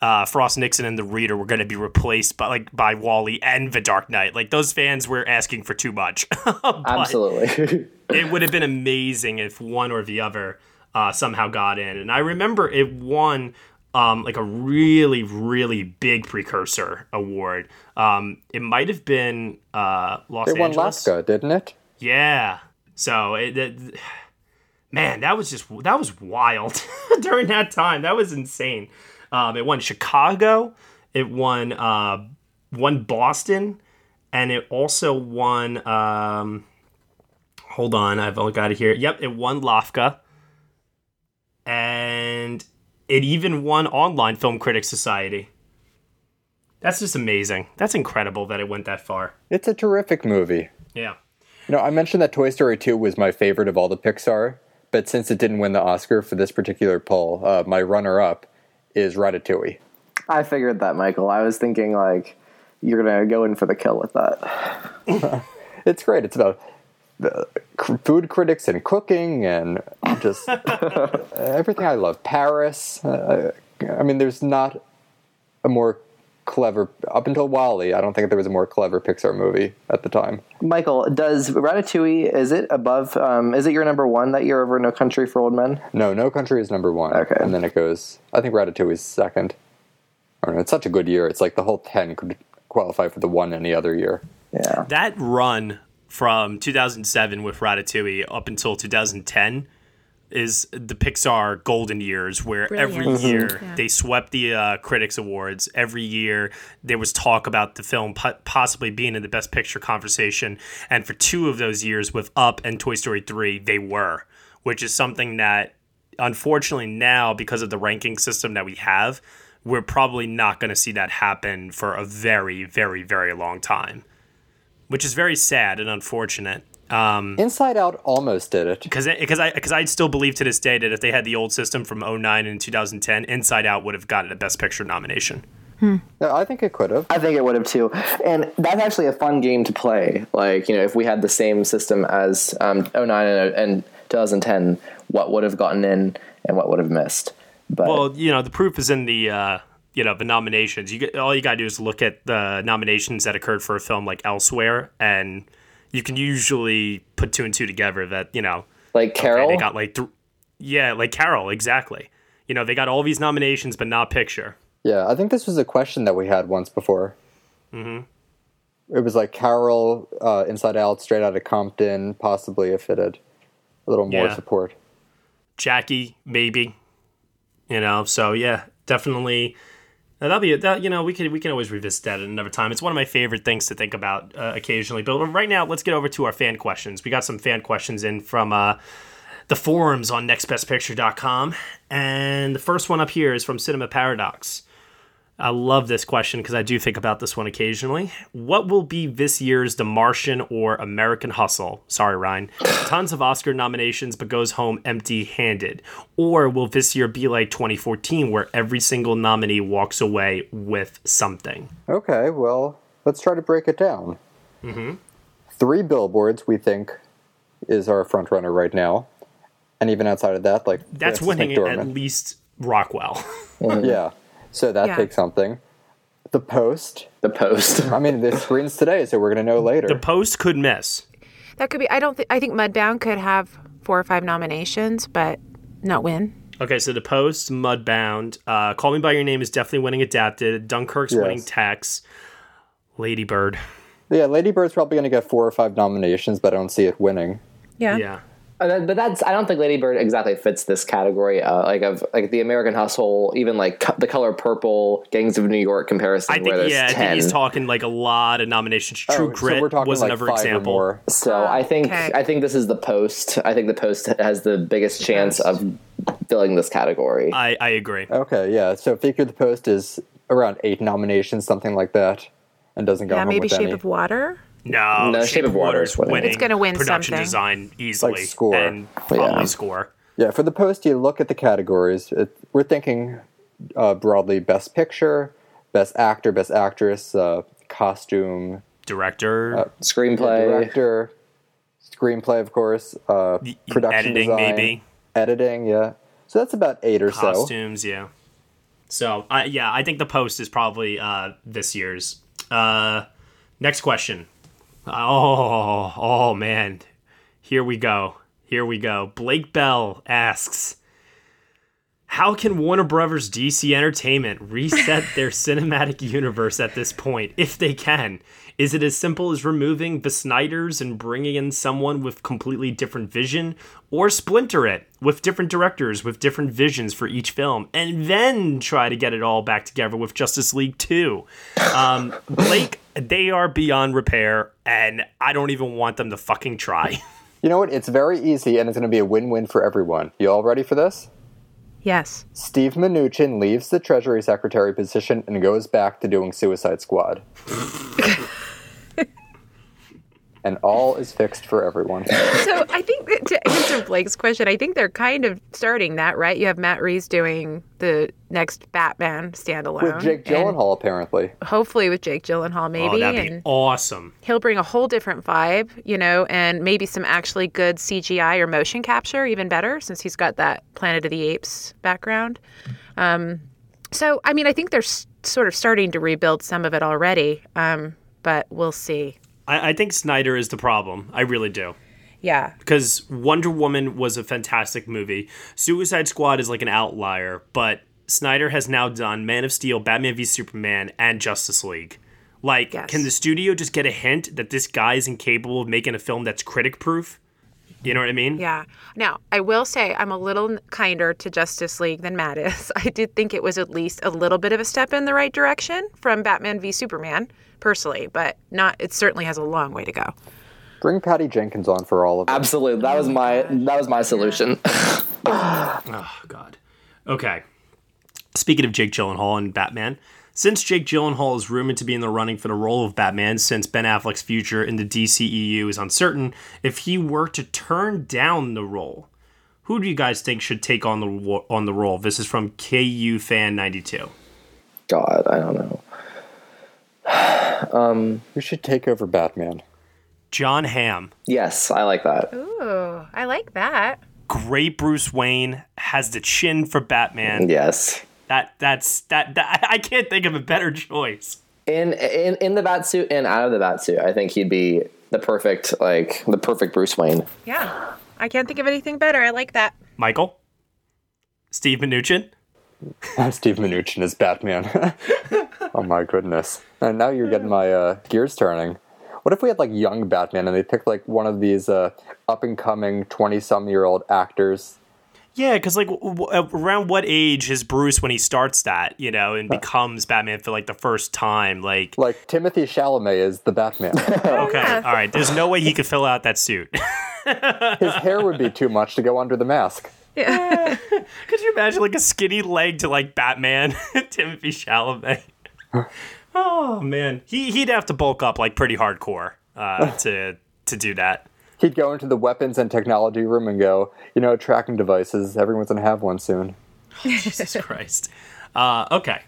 [SPEAKER 8] uh, Frost Nixon and the Reader were going to be replaced by like by Wally and The Dark Knight. Like those fans were asking for too much. But
[SPEAKER 6] Absolutely.
[SPEAKER 8] it would have been amazing if one or the other uh, somehow got in. And I remember it won um, like a really, really big precursor award. Um, it might have been uh, Los
[SPEAKER 5] They won
[SPEAKER 8] Angeles.
[SPEAKER 5] Laska, didn't it?
[SPEAKER 8] Yeah. So it, it- man, that was just that was wild during that time. That was insane. Um, it won Chicago. It won uh, won Boston, and it also won. Um, hold on, I've all got it here. Yep, it won Lafka, and it even won Online Film Critics Society. That's just amazing. That's incredible that it went that far.
[SPEAKER 5] It's a terrific movie.
[SPEAKER 8] Yeah.
[SPEAKER 5] You know, I mentioned that Toy Story 2 was my favorite of all the Pixar, but since it didn't win the Oscar for this particular poll, uh, my runner up is Ratatouille.
[SPEAKER 6] I figured that, Michael. I was thinking, like, you're going to go in for the kill with that.
[SPEAKER 5] It's great. It's about the c- food critics and cooking and just everything I love. Paris. Uh, I mean, there's not a more clever, up until Wally, I don't think there was a more clever Pixar movie at the time.
[SPEAKER 6] Michael, does Ratatouille, is it above, um, is it your number one that year over No Country for Old Men?
[SPEAKER 5] No, No Country is number one.
[SPEAKER 6] Okay.
[SPEAKER 5] And then it goes, I think Ratatouille is second. I don't know. It's such a good year. It's like the whole 10 could qualify for the one any other year.
[SPEAKER 6] Yeah.
[SPEAKER 8] that run from 2007 with Ratatouille up until 2010 is the Pixar golden years where every
[SPEAKER 10] Brilliant. Mhm.
[SPEAKER 8] year
[SPEAKER 10] Yeah.
[SPEAKER 8] they swept the uh, critics awards every year there was talk about the film po- possibly being in the best picture conversation and for two of those years with Up and Toy Story 3 they were which is something that unfortunately now because of the ranking system that we have we're probably not going to see that happen for a very very very long time which is very sad and unfortunate. Um,
[SPEAKER 5] Inside Out almost did it.
[SPEAKER 8] because because I because I still believe to this day that if they had the old system from 09 and 2010, Inside Out would have gotten a Best Picture nomination.
[SPEAKER 5] No, I think it could have.
[SPEAKER 6] I think it would have too. And that's actually a fun game to play. Like, you know, if we had the same system as um, 09 and, and 2010, what would have gotten in and what would have missed? But
[SPEAKER 8] Well, you know the proof is in the uh, you know the nominations. You get, all you gotta do is look at the nominations that occurred for a film like Elsewhere, and you can usually put two and two together that you know
[SPEAKER 6] like Carol,
[SPEAKER 8] they got like th- yeah like Carol exactly. You know they got all these nominations but not picture.
[SPEAKER 5] Yeah, I think this was a question that we had once before. Mm-hmm. It was like Carol, uh, Inside Out, Straight Out of Compton, possibly if it had a little more
[SPEAKER 8] Yeah.
[SPEAKER 5] support.
[SPEAKER 8] Jackie, maybe. You know, so yeah, definitely. now That'll be that. You know, we can we can always revisit that at another time. It's one of my favorite things to think about uh, occasionally. But right now, let's get over to our fan questions. We got some fan questions in from uh, the forums on nextbestpicture.com, and the first one up here is from Cinema Paradox. I love this question because I do think about this one occasionally. What will be this year's The Martian or American Hustle? Sorry, Ryan. Tons of Oscar nominations, but goes home empty handed. Or will this year be like 2014, where every single nominee walks away with something?
[SPEAKER 5] Okay, well, let's try to break it down. Mm-hmm. Three billboards, we think, is our front runner right now. And even outside of that, like
[SPEAKER 8] That's
[SPEAKER 5] Frances
[SPEAKER 8] winning at
[SPEAKER 5] McDormand.
[SPEAKER 8] least Rockwell.
[SPEAKER 5] Yeah. So that
[SPEAKER 10] Yeah.
[SPEAKER 5] takes something. The post.
[SPEAKER 6] the post.
[SPEAKER 5] I mean, the screens today, so we're gonna know later.
[SPEAKER 8] the post could miss.
[SPEAKER 10] That could be. I don't. Th- I think Mudbound could have four or five nominations, but not win.
[SPEAKER 8] Okay, so the post Mudbound, uh, Call Me by Your Name is definitely winning adapted. Dunkirk's
[SPEAKER 5] Yes.
[SPEAKER 8] winning Tex, Ladybird.
[SPEAKER 5] Yeah, Lady Bird's probably going to get four or five nominations, but I don't see it winning.
[SPEAKER 10] Yeah.
[SPEAKER 8] Yeah.
[SPEAKER 6] Uh, that- But that's I don't think Lady Bird exactly fits this category uh, like of like the American Hustle, even like co- the color purple, Gangs of New York comparison.
[SPEAKER 8] I
[SPEAKER 6] where
[SPEAKER 8] think
[SPEAKER 6] there's
[SPEAKER 8] yeah, I
[SPEAKER 6] 10.
[SPEAKER 8] think he's talking like a lot of nominations. True
[SPEAKER 5] Oh, so
[SPEAKER 8] Grit
[SPEAKER 5] we're talking
[SPEAKER 8] was
[SPEAKER 5] like
[SPEAKER 8] another
[SPEAKER 5] five or
[SPEAKER 8] example.
[SPEAKER 5] more.
[SPEAKER 6] So I think
[SPEAKER 10] okay.
[SPEAKER 6] I think this is the post. I think the post has the biggest chance of filling this category.
[SPEAKER 8] I, I agree.
[SPEAKER 5] Okay, yeah. So Figure the Post is around eight nominations, something like that, and doesn't go
[SPEAKER 10] yeah,
[SPEAKER 5] home
[SPEAKER 10] maybe
[SPEAKER 5] with
[SPEAKER 10] Shape
[SPEAKER 5] any.
[SPEAKER 10] of Water.
[SPEAKER 8] No,
[SPEAKER 6] No,
[SPEAKER 8] Shape of Water is winning.
[SPEAKER 10] It's gonna win
[SPEAKER 8] production
[SPEAKER 10] something.
[SPEAKER 8] design easily
[SPEAKER 5] score.
[SPEAKER 8] and probably
[SPEAKER 6] Yeah.
[SPEAKER 8] score.
[SPEAKER 5] Yeah, for the post, you look at the categories. It, we're thinking uh, broadly: best picture, best actor, best actress, uh, costume,
[SPEAKER 8] Director,
[SPEAKER 6] Screenplay.
[SPEAKER 5] director, screenplay, of course, uh,
[SPEAKER 8] y-
[SPEAKER 5] production
[SPEAKER 8] editing
[SPEAKER 5] design,
[SPEAKER 8] maybe,
[SPEAKER 5] editing. Yeah, so that's about eight or so.
[SPEAKER 8] costumes, yeah. So I yeah, I think the post is probably uh, this year's. Uh, next question. Oh, oh man, here we go. Here we go. Blake Bell asks. How can Warner Brothers DC Entertainment reset their cinematic universe at this point, if they can? Is it as simple as removing the Snyders and bringing in someone with completely different vision, or splinter it with different directors with different visions for each film, and then try to get it all back together with Justice League 2? Um, Blake, they are beyond repair, and I don't even want them to fucking try.
[SPEAKER 5] You know what? It's very easy, and it's going to be a win-win for everyone. You all ready for this?
[SPEAKER 10] Yes.
[SPEAKER 5] Steve Mnuchin leaves the Treasury Secretary position and goes back to doing Suicide Squad. and all is fixed for everyone.
[SPEAKER 10] So I think that to answer Blake's question, I think they're kind of starting that, right? You have Matt Reeves doing the next Batman standalone.
[SPEAKER 5] With Jake
[SPEAKER 10] and
[SPEAKER 5] Gyllenhaal, apparently.
[SPEAKER 10] Hopefully with Jake Gyllenhaal,
[SPEAKER 8] Oh,
[SPEAKER 10] maybe.
[SPEAKER 8] that'd be
[SPEAKER 10] and
[SPEAKER 8] awesome.
[SPEAKER 10] he'll bring a whole different vibe, you know, and maybe some actually good CGI or motion capture, even better, since he's got that Planet of the Apes background. Um, so, I mean, I think they're s- sort of starting to rebuild some of it already, um, but we'll see.
[SPEAKER 8] I, I think Snyder is the problem. I really do.
[SPEAKER 10] Yeah.
[SPEAKER 8] because Wonder Woman was a fantastic movie. Suicide Squad is like an outlier, but Snyder has now done Man of Steel, Batman v Superman, and Justice League. Like,
[SPEAKER 10] Yes.
[SPEAKER 8] can the studio just get a hint that this guy is incapable of making a film that's critic proof? You know what I mean?
[SPEAKER 10] Yeah. Now, I will say I'm a little kinder to Justice League than Matt is. I did think it was at least a little bit of a step in the right direction from Batman v Superman, personally, but not. It certainly has a long way to go.
[SPEAKER 5] Bring Patty Jenkins on for all of it.
[SPEAKER 6] Absolutely, that was my that was my solution.
[SPEAKER 8] Oh, God. Okay. Speaking of Jake Gyllenhaal and Batman, since Jake Gyllenhaal is rumored to be in the running for the role of Batman, since Ben Affleck's future in the DCEU is uncertain, if he were to turn down the role, who do you guys think should take on the wo- on the role? This is from KU Fan 92.
[SPEAKER 6] God, I don't Um, know.
[SPEAKER 5] Who should take over Batman?
[SPEAKER 8] John Hamm,
[SPEAKER 6] Yes, I like that.
[SPEAKER 10] Ooh, I like that.
[SPEAKER 8] great Bruce Wayne, has the chin for Batman.
[SPEAKER 6] Yes.
[SPEAKER 8] That that's that, that I can't think of a better choice.
[SPEAKER 6] in in in the bat suit and out of the bat suit, I think he'd be the perfect like the perfect Bruce Wayne.
[SPEAKER 10] Yeah. I can't think of anything better. I like that.
[SPEAKER 8] Michael, Steve Mnuchin.
[SPEAKER 5] Steve Mnuchin is Batman. oh my goodness. And now you're getting my uh, gears turning. What if we had like young Batman and they picked like one of these uh, up and coming 20 some year old actors
[SPEAKER 8] Yeah, because like w- w- around what age is Bruce when he starts that, you know, and becomes Batman for like the first time? Like,
[SPEAKER 5] Like Timothy Chalamet is the Batman.
[SPEAKER 8] okay, all right, there's no way he could fill out that suit.
[SPEAKER 5] His hair would be too much to go under the mask.
[SPEAKER 8] could you imagine like a skinny leg to like Batman, Timothy Chalamet? oh man, he he'd have to bulk up like pretty hardcore uh, to to do that.
[SPEAKER 5] He'd go into the weapons and technology room and go, you know, tracking devices. Everyone's gonna have one soon.
[SPEAKER 8] Jesus Christ. Uh, okay.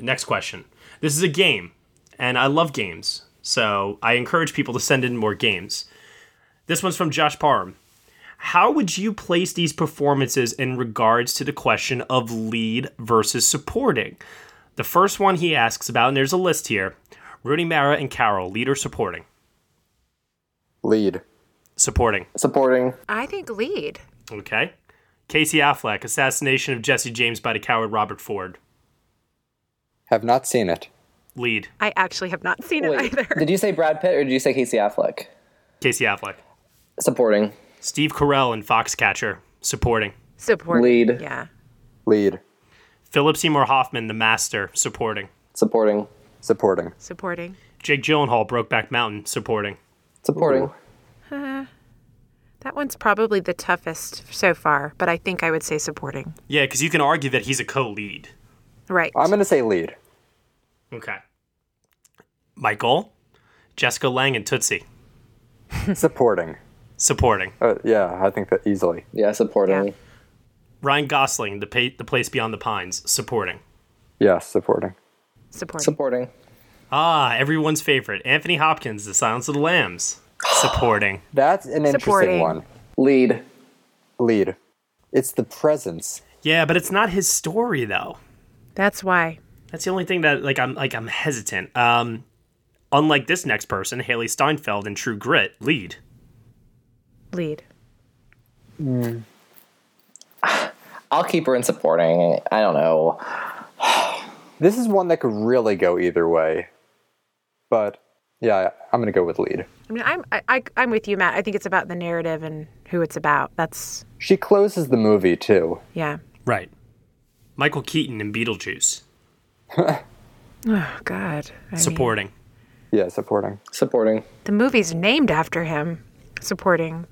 [SPEAKER 8] Next question. This is a game, and I love games, so I encourage people to send in more games. This one's from Josh Parham. How would you place these performances in regards to the question of lead versus supporting? The first one he asks about, and there's a list here Rooney Mara and Carol, lead or supporting?
[SPEAKER 5] Lead.
[SPEAKER 8] Supporting.
[SPEAKER 6] Supporting.
[SPEAKER 10] I think lead.
[SPEAKER 8] Okay. Casey Affleck, Assassination of Jesse James by the Coward Robert Ford.
[SPEAKER 5] Have not seen it.
[SPEAKER 8] Lead.
[SPEAKER 10] I actually have not seen it
[SPEAKER 6] Wait,
[SPEAKER 10] either.
[SPEAKER 6] did you say Brad Pitt or did you say Casey Affleck?
[SPEAKER 8] Casey Affleck.
[SPEAKER 6] Supporting.
[SPEAKER 8] Steve Carell in Foxcatcher. Supporting.
[SPEAKER 10] Support.
[SPEAKER 6] Lead.
[SPEAKER 10] Yeah.
[SPEAKER 5] Lead.
[SPEAKER 8] Philip Seymour Hoffman, The Master. Supporting.
[SPEAKER 6] Supporting.
[SPEAKER 5] Supporting.
[SPEAKER 10] Supporting.
[SPEAKER 8] Jake Gyllenhaal, Brokeback Mountain. Supporting.
[SPEAKER 6] Supporting.
[SPEAKER 10] Uh, that one's probably the toughest so far, but I think I would say supporting.
[SPEAKER 8] Yeah, because you can argue that he's a co-lead.
[SPEAKER 10] Right.
[SPEAKER 5] I'm going to say lead.
[SPEAKER 8] Okay. Michael, Jessica Lang, and Tootsie.
[SPEAKER 5] Supporting.
[SPEAKER 8] Supporting.
[SPEAKER 5] Uh, yeah, I think that easily.
[SPEAKER 6] Yeah, supporting.
[SPEAKER 8] Ryan Gosling, the, pa- the Place Beyond the Pines. Supporting.
[SPEAKER 5] Yeah, supporting.
[SPEAKER 10] Supporting.
[SPEAKER 6] Supporting.
[SPEAKER 8] Ah, everyone's favorite. Anthony Hopkins, The Silence of the Lambs. Supporting.
[SPEAKER 5] That's an interesting
[SPEAKER 10] Supporting.
[SPEAKER 5] one.
[SPEAKER 6] Lead.
[SPEAKER 5] Lead. It's the presence.
[SPEAKER 8] Yeah, but it's not his story though.
[SPEAKER 10] That's why.
[SPEAKER 8] That's the only thing that like I'm like I'm hesitant. Um unlike this next person, Haley Steinfeld in True Grit, lead.
[SPEAKER 10] Lead.
[SPEAKER 6] I'll keep her in supporting. I don't know.
[SPEAKER 5] This is one that could really go either way. But yeah, I'm going to go with lead.
[SPEAKER 10] I mean, I'm I, I, I'm with you, Matt. I think it's about the narrative and who it's about. That's
[SPEAKER 5] She closes the movie too.
[SPEAKER 10] yeah.
[SPEAKER 8] Right. Michael Keaton in Beetlejuice,
[SPEAKER 10] Oh God. I mean,
[SPEAKER 8] supporting.
[SPEAKER 5] Yeah, supporting.
[SPEAKER 6] Supporting.
[SPEAKER 10] the movie's named after him. Supporting.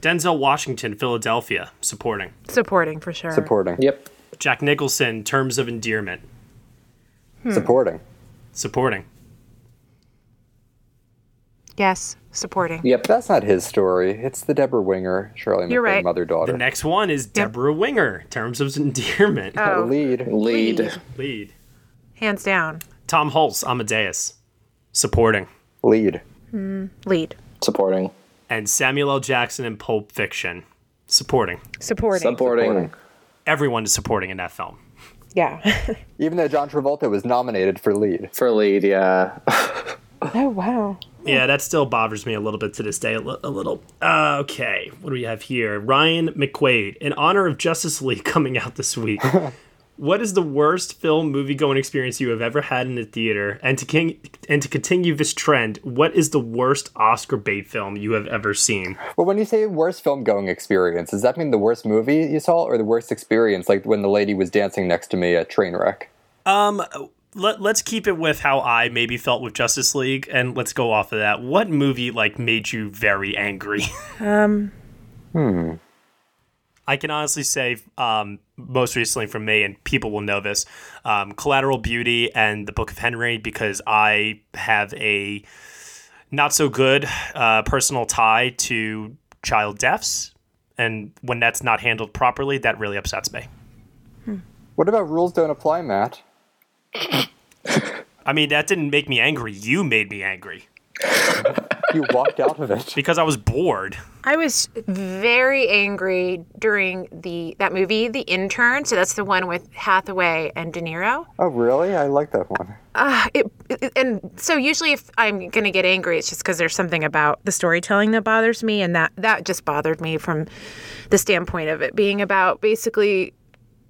[SPEAKER 8] Denzel Washington, Philadelphia, supporting.
[SPEAKER 10] Supporting for sure.
[SPEAKER 5] Supporting.
[SPEAKER 6] Yep.
[SPEAKER 8] Jack Nicholson, Terms of Endearment, Hmm.
[SPEAKER 5] Supporting.
[SPEAKER 8] supporting.
[SPEAKER 10] Yes. Supporting.
[SPEAKER 6] Yep.
[SPEAKER 5] That's not his story. It's the Deborah Winger, Shirley MacLaine,
[SPEAKER 10] You're right.
[SPEAKER 5] mother
[SPEAKER 8] The
[SPEAKER 5] daughter.
[SPEAKER 8] next one is Deborah Winger, Terms of Endearment,
[SPEAKER 10] Oh,
[SPEAKER 5] Lead.
[SPEAKER 6] Lead.
[SPEAKER 10] Lead.
[SPEAKER 8] lead.
[SPEAKER 10] hands down.
[SPEAKER 8] Tom Hulce, Amadeus, supporting.
[SPEAKER 5] Lead.
[SPEAKER 10] Lead.
[SPEAKER 6] Supporting.
[SPEAKER 8] And Samuel L. Jackson in Pulp Fiction, supporting.
[SPEAKER 10] Supporting.
[SPEAKER 6] Supporting.
[SPEAKER 8] Everyone is supporting in that film.
[SPEAKER 10] yeah.
[SPEAKER 5] Even though John Travolta was nominated for lead.
[SPEAKER 6] For lead, yeah.
[SPEAKER 10] oh wow.
[SPEAKER 8] Yeah, that still bothers me a little bit to this day. A, li- a little. Uh, okay, what do we have here? Ryan McQuaid, in honor of Justice League coming out this week. what is the worst film movie going experience you have ever had in a theater? And to king- and to continue this trend, what is the worst Oscar bait film you have ever seen?
[SPEAKER 5] Well, when you say worst film going experience, does that mean the worst movie you saw or the worst experience, like when the lady was dancing next to me at Trainwreck?
[SPEAKER 8] Um, Let, let's keep it with how I maybe felt with Justice League, and let's go off of that. What movie like made you very angry?
[SPEAKER 10] Um.
[SPEAKER 8] I can honestly say, um, most recently for me, and people will know this, um, Collateral Beauty and The Book of Henry, because I have a not so good uh, personal tie to child deaths. And when that's not handled properly, that really upsets me.
[SPEAKER 5] What about Rules Don't Apply, Matt?
[SPEAKER 8] I mean, that didn't make me angry. You made me angry
[SPEAKER 5] You walked out of it.
[SPEAKER 8] because I was bored.
[SPEAKER 10] I was very angry during the that movie, The Intern. So that's the one with Hathaway and De Niro.
[SPEAKER 5] Oh, really? I like that one.
[SPEAKER 10] Ah, it, it- and so usually if I'm gonna get angry, it's just because there's something about the storytelling that bothers me, and that that just bothered me from the standpoint of it being about basically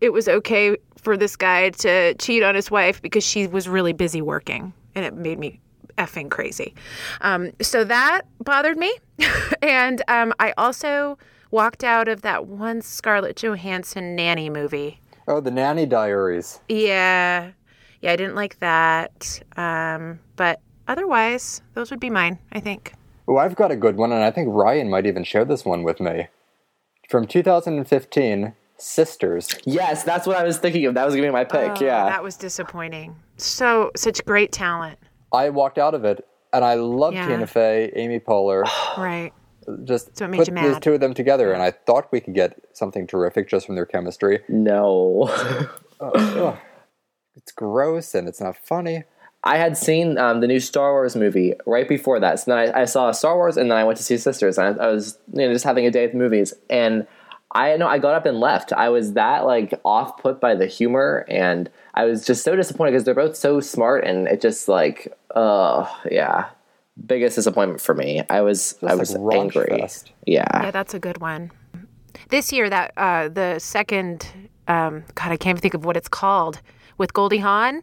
[SPEAKER 10] it was okay for this guy to cheat on his wife because she was really busy working, and it made me effing crazy. Um, so that bothered me, and um, I also walked out of that one Scarlett Johansson nanny movie.
[SPEAKER 5] Oh, The Nanny Diaries.
[SPEAKER 10] Yeah. Yeah, I didn't like that. Um, but otherwise, those would be mine, I think.
[SPEAKER 5] Oh, I've got a good one, and I think Ryan might even share this one with me. From 2015, Sisters.
[SPEAKER 6] Yes, that's what I was thinking of. That was gonna be my pick. yeah.
[SPEAKER 10] Oh, That was disappointing. So, such great talent.
[SPEAKER 5] I walked out of it, and I love
[SPEAKER 10] Yeah.
[SPEAKER 5] Tina Fey, Amy Poehler.
[SPEAKER 10] Right.
[SPEAKER 5] Just
[SPEAKER 10] So it made
[SPEAKER 5] put
[SPEAKER 10] you
[SPEAKER 5] these
[SPEAKER 10] mad.
[SPEAKER 5] two of them together, and I thought we could get something terrific just from their chemistry.
[SPEAKER 6] no.
[SPEAKER 5] It's gross and it's not funny.
[SPEAKER 6] I had seen um, the new Star Wars movie right before that. So then I, I saw Star Wars, and then I went to see Sisters, and I, I was you know just having a day at the movies. And I know I got up and left. I was that like off put by the humor, and I was just so disappointed because they're both so smart, and it just like, uh, yeah, biggest disappointment for me. I was I
[SPEAKER 5] It's
[SPEAKER 6] was
[SPEAKER 5] like Raunchy
[SPEAKER 6] angry.
[SPEAKER 5] Fest.
[SPEAKER 6] Yeah.
[SPEAKER 10] Yeah, that's a good one. This year, that uh, the second, um, God, I can't think of what it's called, with Goldie Hawn.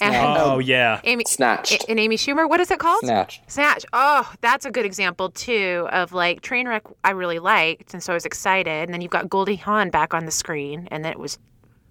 [SPEAKER 8] Oh, yeah.
[SPEAKER 10] Amy,
[SPEAKER 6] Snatched.
[SPEAKER 10] A- And Amy Schumer. What is it called?
[SPEAKER 6] Snatched.
[SPEAKER 10] Snatch. Oh, that's a good example too of like Trainwreck. I really liked, and so I was excited. And then you've got Goldie Hawn back on the screen, and it was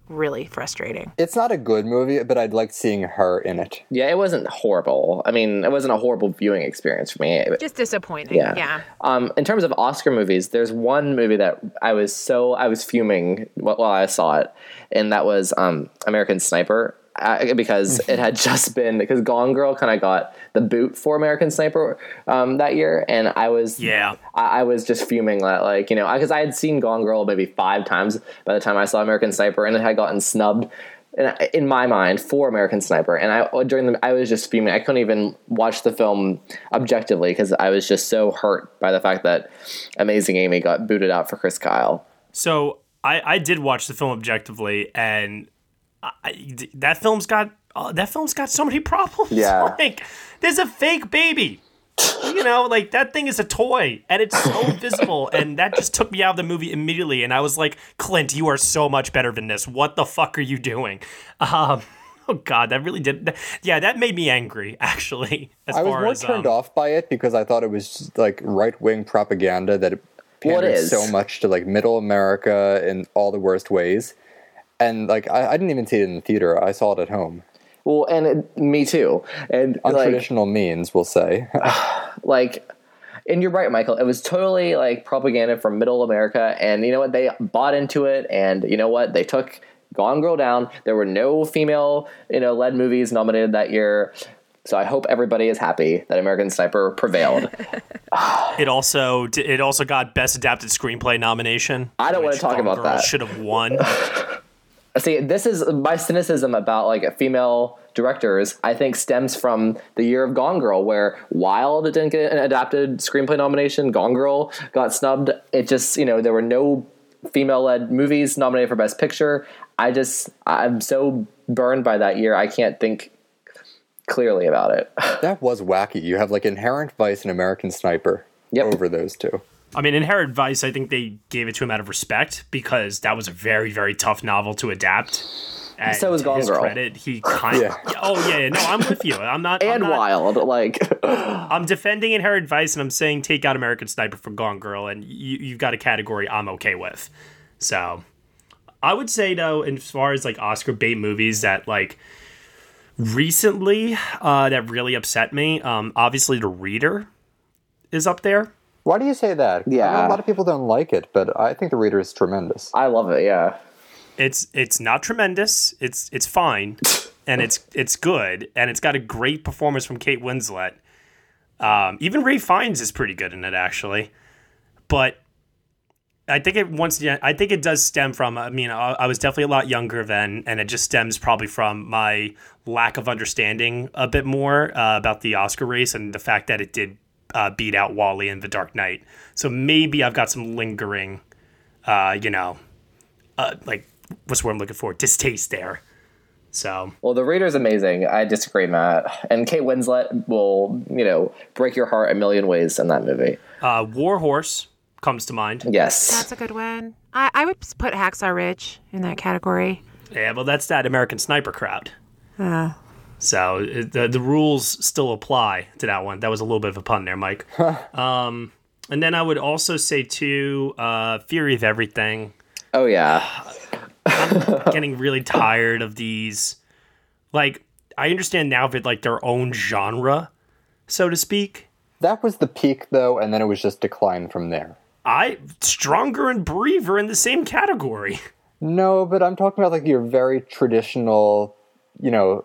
[SPEAKER 10] really frustrating.
[SPEAKER 5] It's not a good movie, but I'd like seeing her in it.
[SPEAKER 6] Yeah, it wasn't horrible. I mean, it wasn't a horrible viewing experience for me. It-
[SPEAKER 10] Just disappointing.
[SPEAKER 6] Yeah.
[SPEAKER 10] yeah.
[SPEAKER 6] Um, in terms of Oscar movies, there's one movie that I was so I was fuming wh- while I saw it, and that was um, American Sniper uh, because it had just been because Gone Girl kind of got the boot for American Sniper um, that year, and I was
[SPEAKER 8] Yeah.
[SPEAKER 6] I, I was just fuming that like you know because I had seen Gone Girl maybe five times by the time I saw American Sniper, and it had gotten snubbed. And I- in my mind, for American Sniper, and I uh, during the I was just fuming. I couldn't even watch the film objectively because I was just so hurt by the fact that Amazing Amy got booted out for Chris Kyle.
[SPEAKER 8] So I, I did watch the film objectively, and I- I, that film's got uh, that film's got so many problems.
[SPEAKER 6] Yeah.
[SPEAKER 8] like there's a fake baby. You know, like that thing is a toy, and it's so visible, and that just took me out of the movie immediately. And I was like, Clint, you are so much better than this. What the fuck are you doing? Um, oh God, that really did. that- yeah, that made me angry. Actually, as
[SPEAKER 5] I was
[SPEAKER 8] far
[SPEAKER 5] more
[SPEAKER 8] as
[SPEAKER 5] turned
[SPEAKER 8] um,
[SPEAKER 5] off by it because I thought it was just, like right wing propaganda that it
[SPEAKER 6] Well, it
[SPEAKER 5] pandered
[SPEAKER 6] is.
[SPEAKER 5] so much to like middle America in all the worst ways. And like I, I didn't even see it in the theater. I saw it at home.
[SPEAKER 6] Well, and it, me too. And
[SPEAKER 5] On
[SPEAKER 6] like,
[SPEAKER 5] traditional means, we'll say.
[SPEAKER 6] like and you're right michael it was totally like propaganda from middle america and you know what they bought into it and you know what they took gone girl down there were no female you know led movies nominated that year so i hope everybody is happy that american sniper prevailed
[SPEAKER 8] It also d- it also got best adapted screenplay nomination.
[SPEAKER 6] I don't wanna
[SPEAKER 8] which
[SPEAKER 6] talk
[SPEAKER 8] Gone
[SPEAKER 6] about
[SPEAKER 8] Girl
[SPEAKER 6] that.
[SPEAKER 8] Should have won.
[SPEAKER 6] see this is my cynicism about like female directors i think stems from the year of gone girl where wild didn't get an adapted screenplay nomination gone girl got snubbed it just you know there were no female-led movies nominated for best picture i just i'm so burned by that year i can't think clearly about it
[SPEAKER 5] that was wacky. You have like Inherent Vice and American Sniper
[SPEAKER 6] Yep.
[SPEAKER 5] over those two.
[SPEAKER 8] I mean, Inherent Vice, I think they gave it to him out of respect because that was a very, very tough novel to adapt. And
[SPEAKER 6] So was
[SPEAKER 8] to
[SPEAKER 6] Gone
[SPEAKER 8] his
[SPEAKER 6] Girl.
[SPEAKER 8] credit, he kind
[SPEAKER 5] Yeah.
[SPEAKER 8] Oh, yeah, yeah. No, I'm with you. I'm not. I'm
[SPEAKER 6] and
[SPEAKER 8] not-
[SPEAKER 6] wild like
[SPEAKER 8] I'm defending Inherent Vice and I'm saying take out American Sniper for Gone Girl, and you, you've got a category I'm okay with. So I would say, though, as far as like Oscar bait movies that like recently uh, that really upset me, um, obviously The Reader is up there.
[SPEAKER 5] Why do you say that? I know
[SPEAKER 6] Yeah.
[SPEAKER 5] a lot of people don't like it, but I think the reader is tremendous.
[SPEAKER 6] i love it yeah
[SPEAKER 8] it's it's not tremendous. It's it's fine, and it's it's good, and it's got a great performance from Kate Winslet. Um, even Ray Fiennes is pretty good in it, actually. But I think it once again, I think it does stem from. I mean, I, I was definitely a lot younger then, and it just stems probably from my lack of understanding a bit more uh, about the Oscar race and the fact that it did uh, beat out Wally and The Dark Knight. So maybe I've got some lingering, uh, you know, uh, like what's the word I'm looking for? Distaste there. So
[SPEAKER 6] Well, the reader's amazing. I disagree, Matt. And Kate Winslet will, you know, break your heart a million ways in that movie.
[SPEAKER 8] uh, War Horse comes to mind.
[SPEAKER 6] Yes.
[SPEAKER 10] That's a good one. I, I would s- put Hacksaw Ridge in that category.
[SPEAKER 8] Yeah, well, that's that American Sniper crowd. So uh, the the rules still apply to that one. That was a little bit of a pun there, Mike. um, and then I would also say too, uh, Fury of Everything.
[SPEAKER 6] Oh yeah.
[SPEAKER 8] Getting really tired of these. Like I understand now that like their own genre, so to speak.
[SPEAKER 5] That was the peak, though, and then it was just decline from there.
[SPEAKER 8] I stronger and brave are in the same category.
[SPEAKER 5] No, but I'm talking about like your very traditional, you know,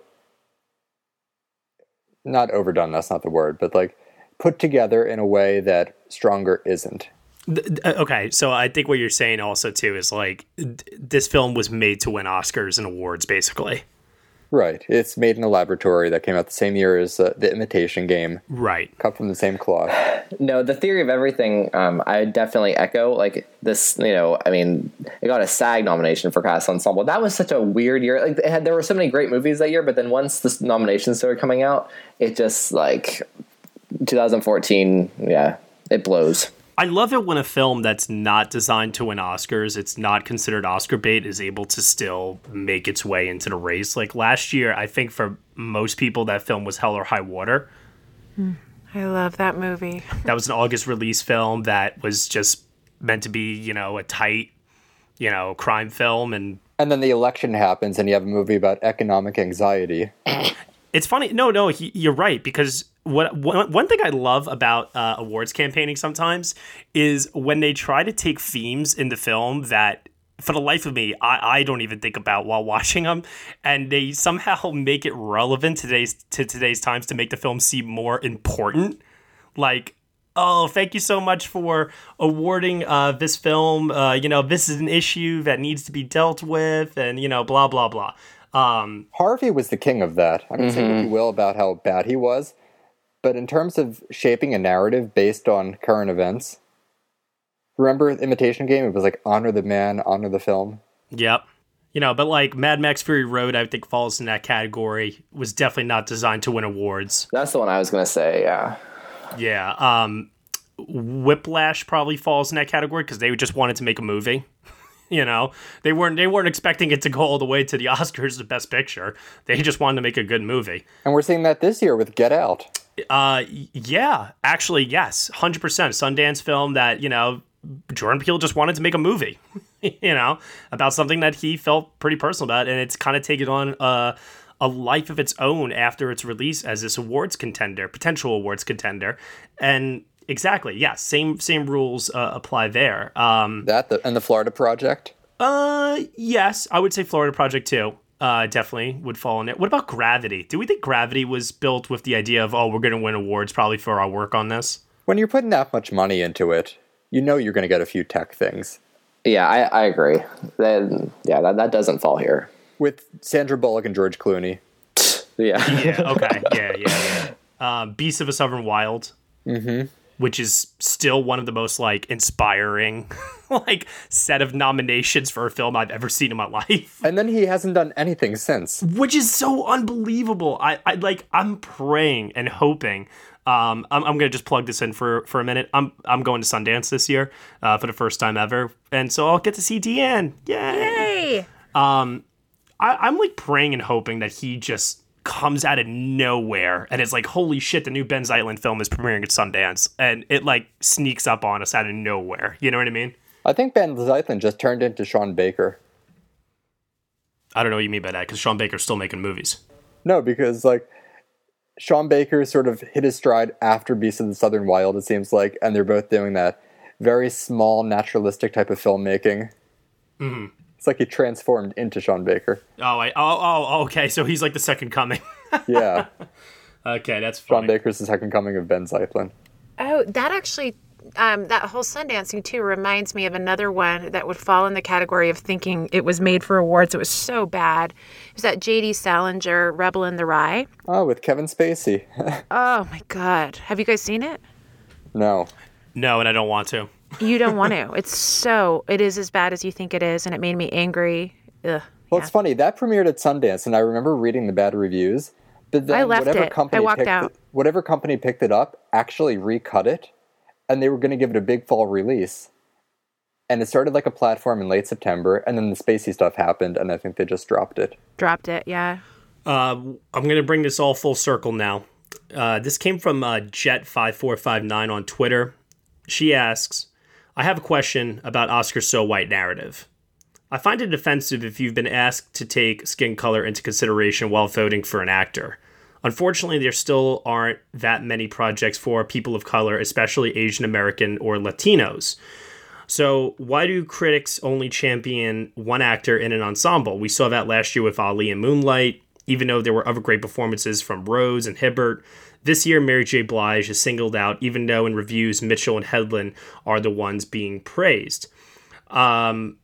[SPEAKER 5] not overdone, that's not the word, but like put together in a way that stronger isn't.
[SPEAKER 8] Th- th- okay so i think what you're saying also too is like th- this film was made to win oscars and awards basically
[SPEAKER 5] Right. It's made in a laboratory that came out the same year as uh, The Imitation Game,
[SPEAKER 8] right
[SPEAKER 5] cut from the same cloth.
[SPEAKER 6] No, the theory of everything. Um, I definitely echo like this. You know, I mean, it got a SAG nomination for cast ensemble. That was such a weird year. Like, it had, there were so many great movies that year, but then once the nominations started coming out, it just like 2014. Yeah, it blows.
[SPEAKER 8] I love it when a film that's not designed to win Oscars, it's not considered Oscar bait, is able to still make its way into the race. Like last year, I think for most people, that film was Hell or High Water.
[SPEAKER 10] I love that movie.
[SPEAKER 8] That was an August release film that was just meant to be, you know, a tight, you know, crime film. And
[SPEAKER 5] And then the election happens, and you have a movie about economic anxiety.
[SPEAKER 8] it's funny. No, no, he, you're right. Because what one, one thing I love about uh, awards campaigning sometimes is when they try to take themes in the film that. For the life of me, I, I don't even think about while watching them, and they somehow make it relevant today's to today's times to make the film seem more important. like oh thank you so much for awarding uh, this film uh, you know this is an issue that needs to be dealt with and you know blah blah blah um,
[SPEAKER 5] Harvey was the king of that. I mean, say what
[SPEAKER 8] Mhm.
[SPEAKER 5] you will about how bad he was, but in terms of shaping a narrative based on current events, remember Imitation Game? It was like honor the man, honor the film.
[SPEAKER 8] yep you know but like mad max fury road i think falls in that category was definitely not designed to win awards
[SPEAKER 6] that's the one i was gonna say yeah
[SPEAKER 8] yeah um, whiplash probably falls in that category because they just wanted to make a movie you know they weren't they weren't expecting it to go all the way to the oscars the best picture they just wanted to make a good movie
[SPEAKER 5] And we're seeing that this year with Get Out.
[SPEAKER 8] Uh, y- yeah, actually, yes, hundred percent. Sundance film that you know Jordan Peele just wanted to make a movie, you know, about something that he felt pretty personal about, and it's kind of taken on a a life of its own after its release as this awards contender, potential awards contender, and exactly, yeah, same same rules uh, apply there. Um,
[SPEAKER 5] that the, and the Florida Project.
[SPEAKER 8] Uh, yes, I would say Florida Project too. Uh, definitely would fall in it. What about Gravity? Do we think Gravity was built with the idea of oh, we're going to win awards probably for our work on this?
[SPEAKER 5] When you're putting that much money into it, you know you're going to get a few tech things.
[SPEAKER 6] Yeah, I, I agree. Then yeah, that, that doesn't fall here.
[SPEAKER 5] With Sandra Bullock and George Clooney.
[SPEAKER 6] Yeah.
[SPEAKER 8] Yeah. Okay. yeah. Yeah. yeah. Um, Beast of a Southern Wild,
[SPEAKER 5] Mm-hmm.
[SPEAKER 8] which is still one of the most like inspiring, like set of nominations for a film I've ever seen in my life.
[SPEAKER 5] And then he hasn't done anything since.
[SPEAKER 8] which is so unbelievable. I, I like I'm praying and hoping. Um, I'm, I'm gonna just plug this in for for a minute. I'm I'm going to Sundance this year uh, for the first time ever, and so I'll get to see Deanne. Yay!
[SPEAKER 10] Hey.
[SPEAKER 8] Um, I, I'm like praying and hoping that he just comes out of nowhere and it's like, holy shit, the new Ben's Island film is premiering at Sundance, and it like sneaks up on us out of nowhere. You know what I mean?
[SPEAKER 5] I think Ben Zeitlin just turned into Sean Baker.
[SPEAKER 8] I don't know what you mean by that because Sean Baker's still making movies.
[SPEAKER 5] No, because like Sean Baker sort of hit his stride after Beast of the Southern Wild, it seems like, and they're both doing that very small, naturalistic type of filmmaking.
[SPEAKER 8] hmm
[SPEAKER 5] It's like he transformed into Sean Baker.
[SPEAKER 8] Oh, I, oh, oh, okay. So he's like the second coming.
[SPEAKER 5] Yeah.
[SPEAKER 8] okay, that's
[SPEAKER 5] Sean Baker's the second coming of Ben Zeitlin.
[SPEAKER 10] Oh, that actually, um, that whole Sundancing too reminds me of another one that would fall in the category of thinking it was made for awards. It was so bad. It was that J.D. Salinger, Rebel in the Rye.
[SPEAKER 5] Oh, with Kevin Spacey.
[SPEAKER 10] Oh my God, have you guys seen it?
[SPEAKER 5] no.
[SPEAKER 8] No, and I don't want to.
[SPEAKER 10] You don't want to. It's so. It is as bad as you think it is, and it made me angry. Ugh.
[SPEAKER 5] Well, it's funny. That premiered at Sundance, and I remember reading the bad reviews. But then
[SPEAKER 10] I left
[SPEAKER 5] whatever
[SPEAKER 10] it. I
[SPEAKER 5] company
[SPEAKER 10] walked
[SPEAKER 5] picked
[SPEAKER 10] out.
[SPEAKER 5] whatever company picked it up actually recut it, and they were going to give it a big fall release. And it started like a platform in late September, and then the spacey stuff happened, and I think they just dropped it.
[SPEAKER 10] Dropped it. Yeah.
[SPEAKER 8] Uh, I'm going to bring this all full circle now. Uh, this came from uh, Jet5459 on Twitter. She asks I have a question about Oscar So White narrative. I find it offensive if you've been asked to take skin color into consideration while voting for an actor. Unfortunately, there still aren't that many projects for people of color, especially Asian American or Latinos. So, why do critics only champion one actor in an ensemble? We saw that last year with Ali and Moonlight, even though there were other great performances from Rose and Hibbert. This year, Mary J. Blige is singled out, even though in reviews, Mitchell and Hedlund are the ones being praised. Um,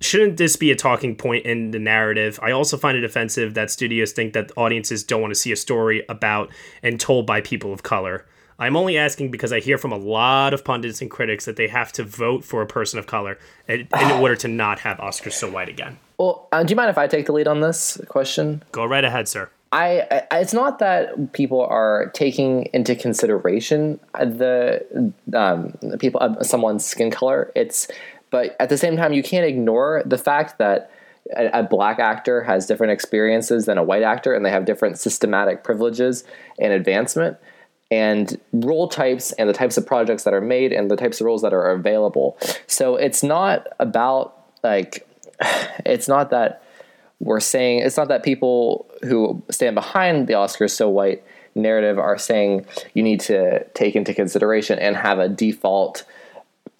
[SPEAKER 8] shouldn't this be a talking point in the narrative? I also find it offensive that studios think that audiences don't want to see a story about and told by people of color. I'm only asking because I hear from a lot of pundits and critics that they have to vote for a person of color in in order to not have Oscars so white again.
[SPEAKER 6] Well, uh, do you mind if I take the lead on this question?
[SPEAKER 8] Go right ahead, sir.
[SPEAKER 6] I, I it's not that people are taking into consideration the um, people uh, someone's skin color. It's but at the same time you can't ignore the fact that a, a black actor has different experiences than a white actor, and they have different systematic privileges and advancement and role types and the types of projects that are made and the types of roles that are available. So it's not about like it's not that we're saying it's not that people who stand behind the Oscars so white narrative are saying you need to take into consideration and have a default,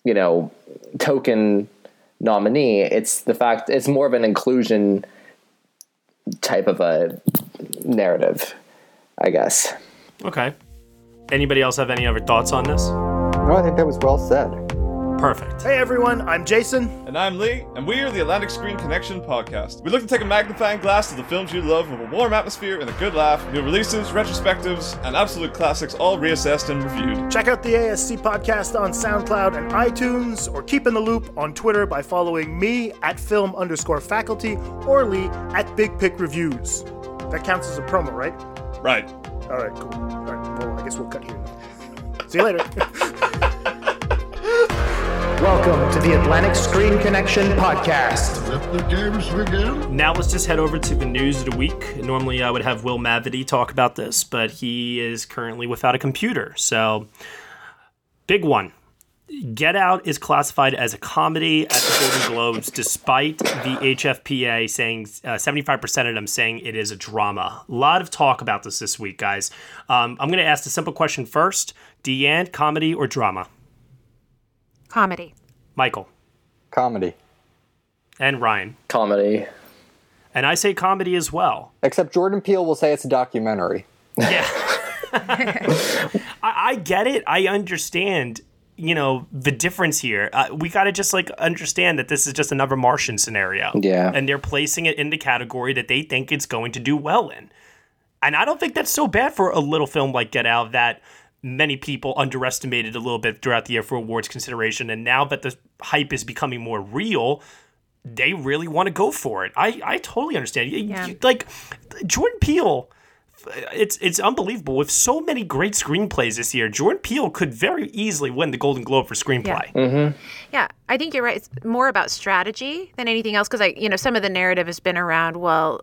[SPEAKER 6] you know, token nominee. It's the fact it's more of an inclusion type of a narrative, I guess.
[SPEAKER 8] Okay. Anybody else have any other thoughts on this?
[SPEAKER 5] No, I think that was well said.
[SPEAKER 8] Perfect.
[SPEAKER 13] Hey everyone, I'm Jason.
[SPEAKER 3] And I'm Lee, and we are the Atlantic Screen Connection podcast. We look to take a magnifying glass to the films you love with a warm atmosphere and a good laugh, new releases, retrospectives, and absolute classics all reassessed and reviewed.
[SPEAKER 13] Check out the ASC podcast on SoundCloud and iTunes, or keep in the loop on Twitter by following me at film underscore faculty or Lee at Big Pick Reviews. That counts as a promo, right?
[SPEAKER 3] Right.
[SPEAKER 13] All right, cool. All right, well, I guess we'll cut here. See you later.
[SPEAKER 9] Welcome to the Atlantic Screen Connection podcast.
[SPEAKER 8] Let the games begin. Now let's just head over to the news of the week. Normally I would have Will Mavity talk about this, but he is currently without a computer. So, big one. Get Out is classified as a comedy at the Golden Globes, despite the HFPA saying uh, 75% of them saying it is a drama. A lot of talk about this this week, guys. Um, I'm going to ask the simple question first Deanne, comedy or drama?
[SPEAKER 10] Comedy.
[SPEAKER 8] Michael.
[SPEAKER 5] Comedy.
[SPEAKER 8] And Ryan.
[SPEAKER 6] Comedy.
[SPEAKER 8] And I say comedy as well.
[SPEAKER 5] Except Jordan Peele will say it's a documentary.
[SPEAKER 8] Yeah. I, I get it. I understand, you know, the difference here. Uh, we got to just like understand that this is just another Martian scenario.
[SPEAKER 6] Yeah.
[SPEAKER 8] And they're placing it in the category that they think it's going to do well in. And I don't think that's so bad for a little film like Get Out that many people underestimated a little bit throughout the year for awards consideration. And now that the hype is becoming more real, they really want to go for it. I, I totally understand. You-
[SPEAKER 10] Yeah.
[SPEAKER 8] you- like Jordan Peele, it's it's unbelievable. With so many great screenplays this year, Jordan Peele could very easily win the Golden Globe for screenplay.
[SPEAKER 6] Mm-hmm.
[SPEAKER 10] Yeah, I think you're right. It's more about strategy than anything else because I, you know, some of the narrative has been around. Well,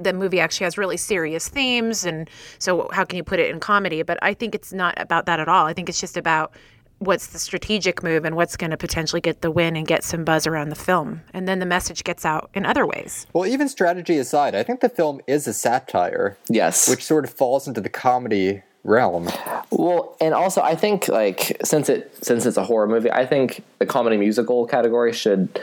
[SPEAKER 10] the movie actually has really serious themes, and so how can you put it in comedy? But I think it's not about that at all. I think it's just about what's the strategic move and what's going to potentially get the win and get some buzz around the film, and then the message gets out in other ways.
[SPEAKER 5] Well, even strategy aside, I think the film is a satire.
[SPEAKER 6] Yes.
[SPEAKER 5] Which sort of falls into the comedy realm.
[SPEAKER 6] Well, and also I think like since it since it's a horror movie, I think the comedy musical category should,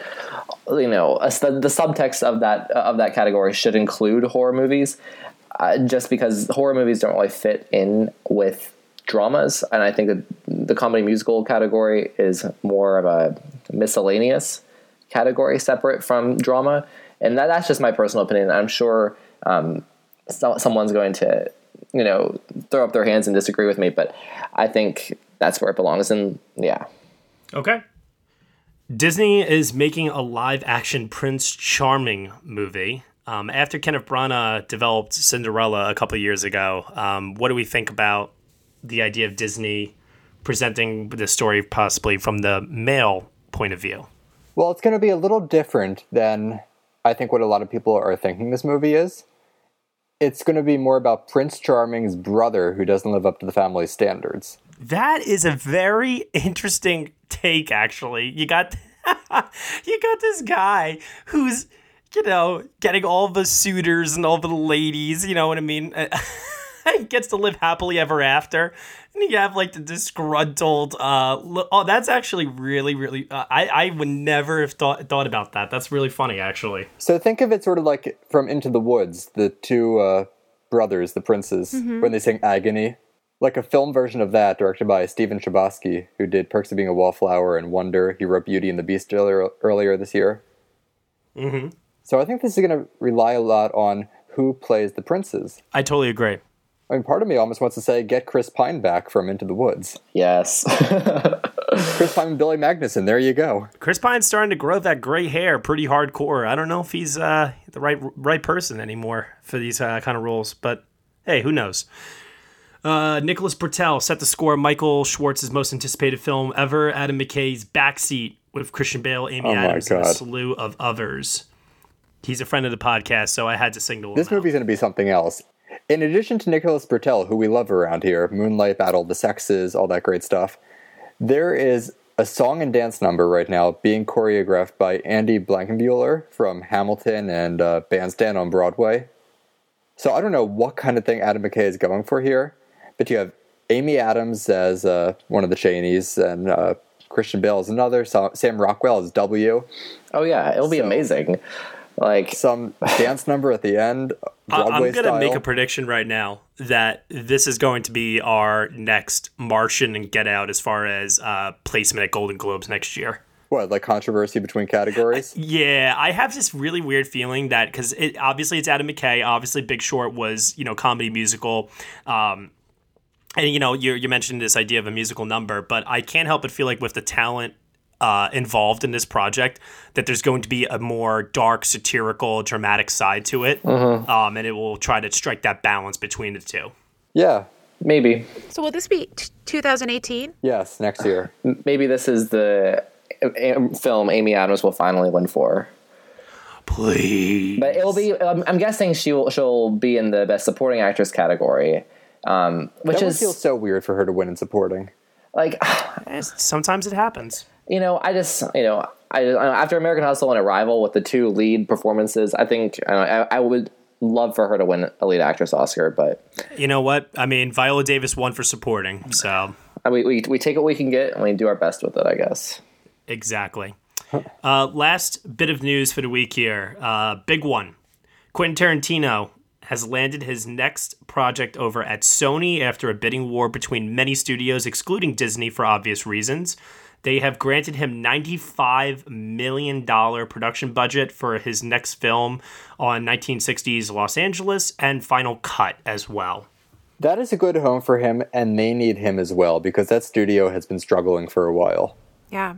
[SPEAKER 6] you know, us- the, the subtext of that of that category should include horror movies, uh, just because horror movies don't really fit in with dramas, and I think that the comedy musical category is more of a miscellaneous category separate from drama, and that, that's just my personal opinion. I'm sure um, so, someone's going to you know throw up their hands and disagree with me, but I think that's where it belongs. And yeah,
[SPEAKER 8] Okay. Disney is making a live action Prince Charming movie. Um, after Kenneth Branagh developed Cinderella a couple years ago, um, what do we think about the idea of Disney presenting the story possibly from the male point of view?
[SPEAKER 5] Well, it's going to be a little different than I think what a lot of people are thinking this movie is. It's going to be more about Prince Charming's brother who doesn't live up to the family standards.
[SPEAKER 8] That is a very interesting take, actually. You got you got this guy who's, you know, getting all the suitors and all the ladies, you know what I mean? He gets to live happily ever after. And you have like the disgruntled uh lo- oh that's actually really really uh, I I would never have thought thought about that. That's really funny actually.
[SPEAKER 5] So think of it sort of like from Into the Woods, the two uh, brothers, the princes,
[SPEAKER 8] Mhm.
[SPEAKER 5] when they sing Agony. Like a film version of that, directed by Stephen Chbosky, who did Perks of Being a Wallflower and Wonder. He wrote Beauty and the Beast earlier, earlier this year.
[SPEAKER 8] Mhm.
[SPEAKER 5] So I think this is going to rely a lot on who plays the princes.
[SPEAKER 8] I totally agree.
[SPEAKER 5] I mean, part of me almost wants to say, get Chris Pine back from Into the Woods.
[SPEAKER 6] Yes.
[SPEAKER 5] Chris Pine and Billy Magnuson. There you go.
[SPEAKER 8] Chris Pine's starting to grow that gray hair pretty hardcore. I don't know if he's uh, the right right person anymore for these uh, kind of roles, but hey, who knows? Uh, Nicholas Bertel set the score Michael Schwartz's most anticipated film ever, Adam McKay's Backseat with Christian Bale, Amy
[SPEAKER 5] Oh my
[SPEAKER 8] Adams, and a
[SPEAKER 5] God.
[SPEAKER 8] slew of others. He's a friend of the podcast, so I had to signal him.
[SPEAKER 5] This movie's going to be something else. In addition to Nicholas Bertel, who we love around here, Moonlight, Battle of the Sexes, all that great stuff, there is a song and dance number right now being choreographed by Andy Blankenbuehler from Hamilton and uh, Bandstand on Broadway. So I don't know what kind of thing Adam McKay is going for here, but you have Amy Adams as uh, one of the Cheneys and uh, Christian Bale as another, Sa- Sam Rockwell as W.
[SPEAKER 6] Oh yeah, it'll be amazing. Like
[SPEAKER 5] some dance number at the end,
[SPEAKER 8] I-
[SPEAKER 5] Broadway
[SPEAKER 8] I'm going to make
[SPEAKER 5] style.
[SPEAKER 8] a prediction right now that this is going to be our next Martian and Get Out as far as uh, placement at Golden Globes next year.
[SPEAKER 5] What, like controversy between categories?
[SPEAKER 8] Yeah, I have this really weird feeling that because it, obviously it's Adam McKay. Obviously, Big Short was you know comedy musical, um, and you know you you mentioned this idea of a musical number, but I can't help but feel like with the talent. Uh, involved in this project, that there's going to be a more dark, satirical, dramatic side to it,
[SPEAKER 6] Mhm.
[SPEAKER 8] um, and it will try to strike that balance between the two.
[SPEAKER 5] Yeah,
[SPEAKER 6] maybe.
[SPEAKER 10] So will this be t- 2018?
[SPEAKER 5] Yes, next year.
[SPEAKER 6] Maybe this is the uh, um, film Amy Adams will finally win for.
[SPEAKER 8] Please.
[SPEAKER 6] But it'll be. um, I'm, I'm guessing she will. She'll be in the best supporting actress category, um, which
[SPEAKER 5] that
[SPEAKER 6] is
[SPEAKER 5] would feel so weird for her to win in supporting.
[SPEAKER 6] like
[SPEAKER 8] sometimes it happens.
[SPEAKER 6] You know, I just you know, I after American Hustle and Arrival with the two lead performances, I think I, don't know, I, I would love for her to win a lead actress Oscar, but
[SPEAKER 8] You know what? I mean, Viola Davis won for supporting, so
[SPEAKER 6] I- we, we we take what we can get and we do our best with it, I guess.
[SPEAKER 8] Exactly. Uh, last bit of news for the week here. Uh, big one. Quentin Tarantino has landed his next project over at Sony after a bidding war between many studios, excluding Disney for obvious reasons. They have granted him $95 million production budget for his next film on 1960s Los Angeles and Final Cut as well.
[SPEAKER 5] That is a good home for him, and they need him as well because that studio has been struggling for a while.
[SPEAKER 10] Yeah.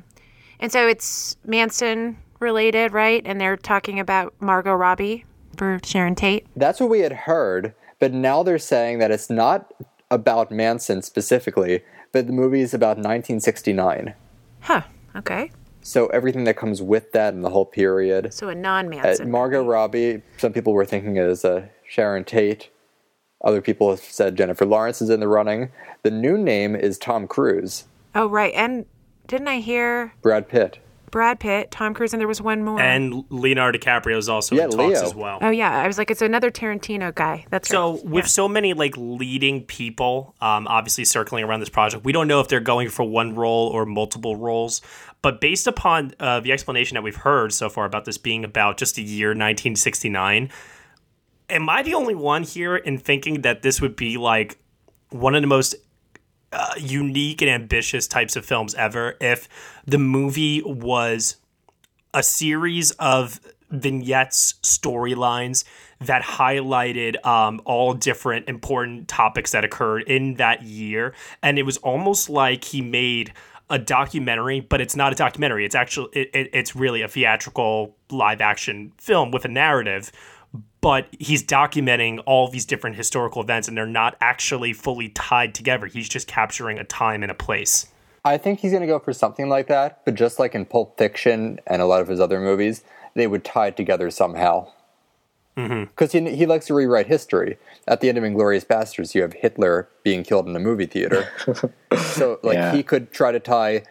[SPEAKER 10] And so it's Manson related, right? And they're talking about Margot Robbie for Sharon Tate.
[SPEAKER 5] That's what we had heard, but now they're saying that it's not about Manson specifically, but the movie is about 1969.
[SPEAKER 10] Okay.
[SPEAKER 5] So everything that comes with that and the whole period.
[SPEAKER 10] So a non
[SPEAKER 5] Uh,
[SPEAKER 10] Manson.
[SPEAKER 5] Margot Robbie, some people were thinking is uh, Sharon Tate. Other people have said Jennifer Lawrence is in the running. The new name is Tom Cruise,
[SPEAKER 10] oh, right. And didn't I hear
[SPEAKER 5] Brad Pitt.
[SPEAKER 10] Brad Pitt, Tom Cruise, and there was one more?
[SPEAKER 8] And Leonardo DiCaprio is also in talks as well.
[SPEAKER 10] Oh, yeah. I was like, it's another Tarantino guy. That's
[SPEAKER 8] so
[SPEAKER 10] right.
[SPEAKER 8] with so many like leading people um, obviously circling around this project we don't know if they're going for one role or multiple roles but based upon uh, the explanation that we've heard so far about this being about just the year 1969 am i the only one here in thinking that this would be like one of the most uh, unique and ambitious types of films ever if the movie was a series of vignettes storylines that highlighted um, all different important topics that occurred in that year and it was almost like he made a documentary but it's not a documentary it's actually it, it, it's really a theatrical live action film with a narrative but he's documenting all these different historical events and they're not actually fully tied together he's just capturing a time and a place
[SPEAKER 5] I think he's going to go for something like that, but just like in Pulp Fiction and a lot of his other movies, they would tie it together somehow. Because he, he likes to rewrite history. At the end of Inglorious Bastards, you have Hitler being killed in a movie theater. so, like,
[SPEAKER 6] Yeah.
[SPEAKER 5] he could try to tie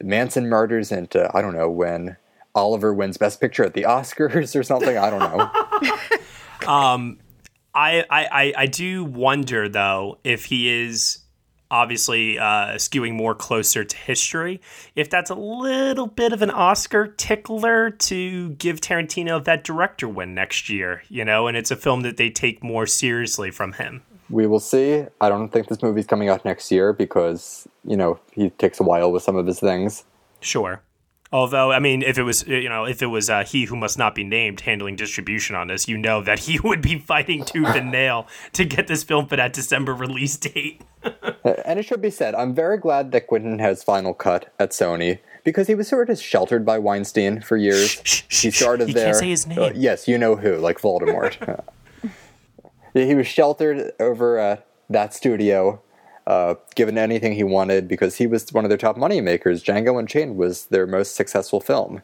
[SPEAKER 5] Manson murders into, I don't know, when Oliver wins Best Picture at the Oscars or something. I don't know.
[SPEAKER 8] um, I, I, I, I do wonder though if he is obviously uh, skewing more closer to history. If that's a little bit of an Oscar tickler to give Tarantino that director win next year, you know, and it's a film that they take more seriously from him.
[SPEAKER 5] We will see. I don't think this movie's coming out next year because, you know, he takes a while with some of his things.
[SPEAKER 8] Sure. Although, I mean, if it was, you know, if it was uh, he who must not be named handling distribution on this, you know that he would be fighting tooth and nail to get this film for that December release date.
[SPEAKER 5] and it should be said, I'm very glad that Quentin has final cut at Sony because he was sort of sheltered by Weinstein for years. he started
[SPEAKER 8] you
[SPEAKER 5] there.
[SPEAKER 8] can't say his name.
[SPEAKER 5] Uh, yes, you know who, like Voldemort. Yeah, he was sheltered over at that studio, uh, given anything he wanted because he was one of their top money makers. Django Unchained was their most successful film.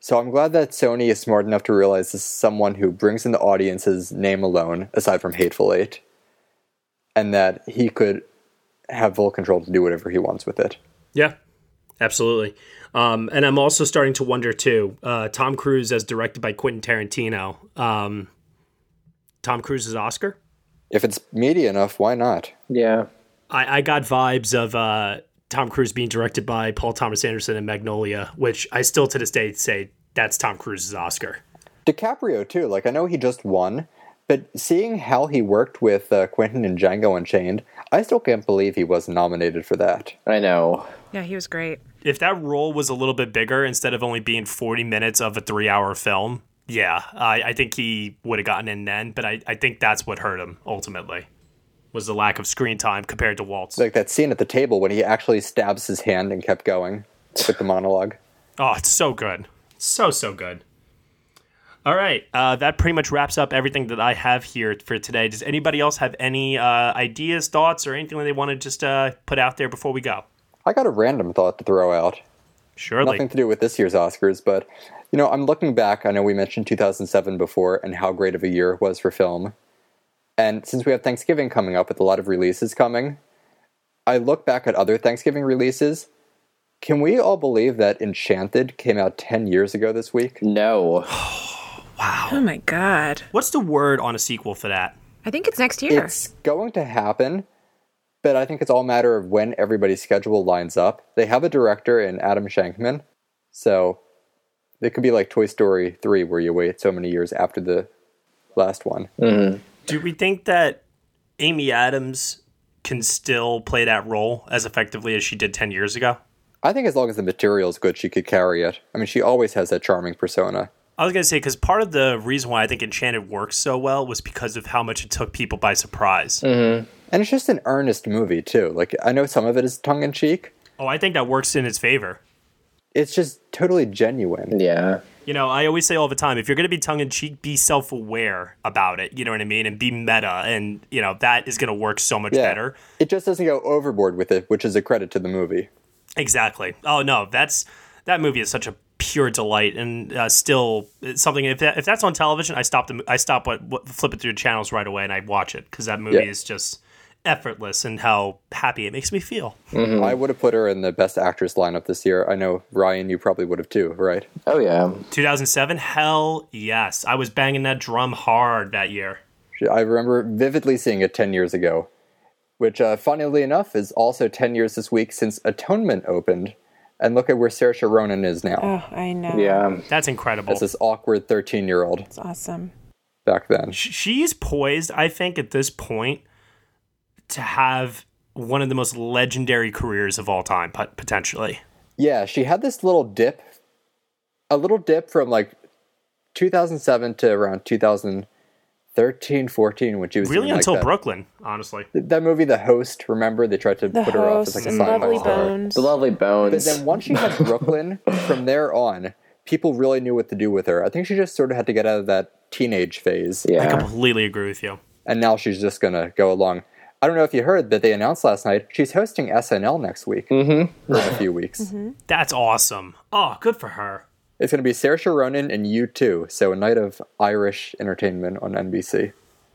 [SPEAKER 5] So I'm glad that Sony is smart enough to realize this is someone who brings in the audience's name alone, aside from Hateful Eight, and that he could have full control to do whatever he wants with it.
[SPEAKER 8] Yeah, absolutely. Um, and I'm also starting to wonder too. Uh, Tom Cruise, as directed by Quentin Tarantino, um, Tom Cruise's Oscar.
[SPEAKER 5] If it's meaty enough, why not?
[SPEAKER 6] Yeah.
[SPEAKER 8] I, I got vibes of uh, Tom Cruise being directed by Paul Thomas Anderson and Magnolia, which I still to this day say that's Tom Cruise's Oscar.
[SPEAKER 5] DiCaprio too. Like I know he just won, but seeing how he worked with uh, Quentin in Django Unchained, I still can't believe he was nominated for that.
[SPEAKER 6] I know.
[SPEAKER 10] Yeah, he was great.
[SPEAKER 8] If that role was a little bit bigger instead of only being 40 minutes of a three hour film, yeah, I, I think he would have gotten in then, but I, I think that's what hurt him ultimately was the lack of screen time compared to Waltz.
[SPEAKER 5] Like that scene at the table when he actually stabs his hand and kept going with the monologue.
[SPEAKER 8] Oh, it's so good. So, so good. All right. Uh, that pretty much wraps up everything that I have here for today. Does anybody else have any uh, ideas, thoughts, or anything that they want to just uh, put out there before we go?
[SPEAKER 5] I got a random thought to throw out.
[SPEAKER 8] Surely.
[SPEAKER 5] Nothing to do with this year's Oscars, but you know, I'm looking back. I know we mentioned 2007 before and how great of a year it was for film. And since we have Thanksgiving coming up with a lot of releases coming, I look back at other Thanksgiving releases. Can we all believe that Enchanted came out 10 years ago this week?
[SPEAKER 6] No.
[SPEAKER 10] Oh my god.
[SPEAKER 8] What's the word on a sequel for that?
[SPEAKER 10] I think it's next year.
[SPEAKER 5] It's going to happen, but I think it's all a matter of when everybody's schedule lines up. They have a director in Adam Shankman, so it could be like Toy Story 3, where you wait so many years after the last one.
[SPEAKER 8] Do we think that Amy Adams can still play that role as effectively as she did 10 years ago?
[SPEAKER 5] I think as long as the material's good, she could carry it. I mean, she always has that charming persona.
[SPEAKER 8] I was going to say, because part of the reason why I think Enchanted works so well was because of how much it took people by surprise.
[SPEAKER 5] And it's just an earnest movie, too. Like, I know some of it is tongue in cheek,
[SPEAKER 8] Oh, I think that works in its favor.
[SPEAKER 5] it's just totally genuine.
[SPEAKER 6] Yeah.
[SPEAKER 8] You know, I always say all the time, if you're going to be tongue in cheek, be self aware about it. You know what I mean? And be meta. And, you know, that is going to work so much
[SPEAKER 5] Yeah.
[SPEAKER 8] better.
[SPEAKER 5] It just doesn't go overboard with it, which is a credit to the movie.
[SPEAKER 8] Exactly. Oh no, that's that movie is such a pure delight, and uh, still it's something. If that, if that's on television, I stop the mo- I stop what, what flip it through the channels right away, and I watch it because that movie
[SPEAKER 5] Yeah.
[SPEAKER 8] is just effortless and how happy it makes me feel.
[SPEAKER 5] I
[SPEAKER 10] Mm.
[SPEAKER 5] would have put her in the best actress lineup this year. I know, Ryan, you probably would have too, right?
[SPEAKER 6] Oh, yeah.
[SPEAKER 8] 2007, hell yes, I was banging that drum hard that year.
[SPEAKER 5] I remember vividly seeing it 10 years ago, which, uh, funnily enough, is also 10 years this week since Atonement opened. And look at where Saoirse Ronan is now.
[SPEAKER 10] Oh, I know.
[SPEAKER 8] that's incredible.
[SPEAKER 5] As this awkward 13 year old
[SPEAKER 10] It's awesome.
[SPEAKER 5] back then.
[SPEAKER 8] Sh- She's poised, I think, at this point to have one of the most legendary careers of all time, pot- potentially.
[SPEAKER 5] Yeah, she had this little dip, a little dip from like 2007 to around 2013, 14 when she was
[SPEAKER 8] Really,
[SPEAKER 5] doing, like,
[SPEAKER 8] until
[SPEAKER 5] that-
[SPEAKER 8] Brooklyn, honestly.
[SPEAKER 5] That movie, The Host, remember? They tried to
[SPEAKER 10] The
[SPEAKER 5] put her off as like
[SPEAKER 10] Host
[SPEAKER 5] a
[SPEAKER 10] and
[SPEAKER 5] sci-fi
[SPEAKER 10] Lovely
[SPEAKER 5] star.
[SPEAKER 10] Bones.
[SPEAKER 6] The lovely
[SPEAKER 5] But
[SPEAKER 6] bones.
[SPEAKER 5] then once she had Brooklyn, from there on, people really knew what to do with her. I think she just sort of had to get out of that teenage phase.
[SPEAKER 8] I completely agree with you.
[SPEAKER 5] And now she's just going to go along. I don't know if you heard, but they announced last night she's hosting SNL next week. Mm-hmm. Or in a few weeks.
[SPEAKER 8] That's awesome. Oh, good for her.
[SPEAKER 5] It's going to be Saoirse Ronan and you too. So a night of Irish entertainment on NBC.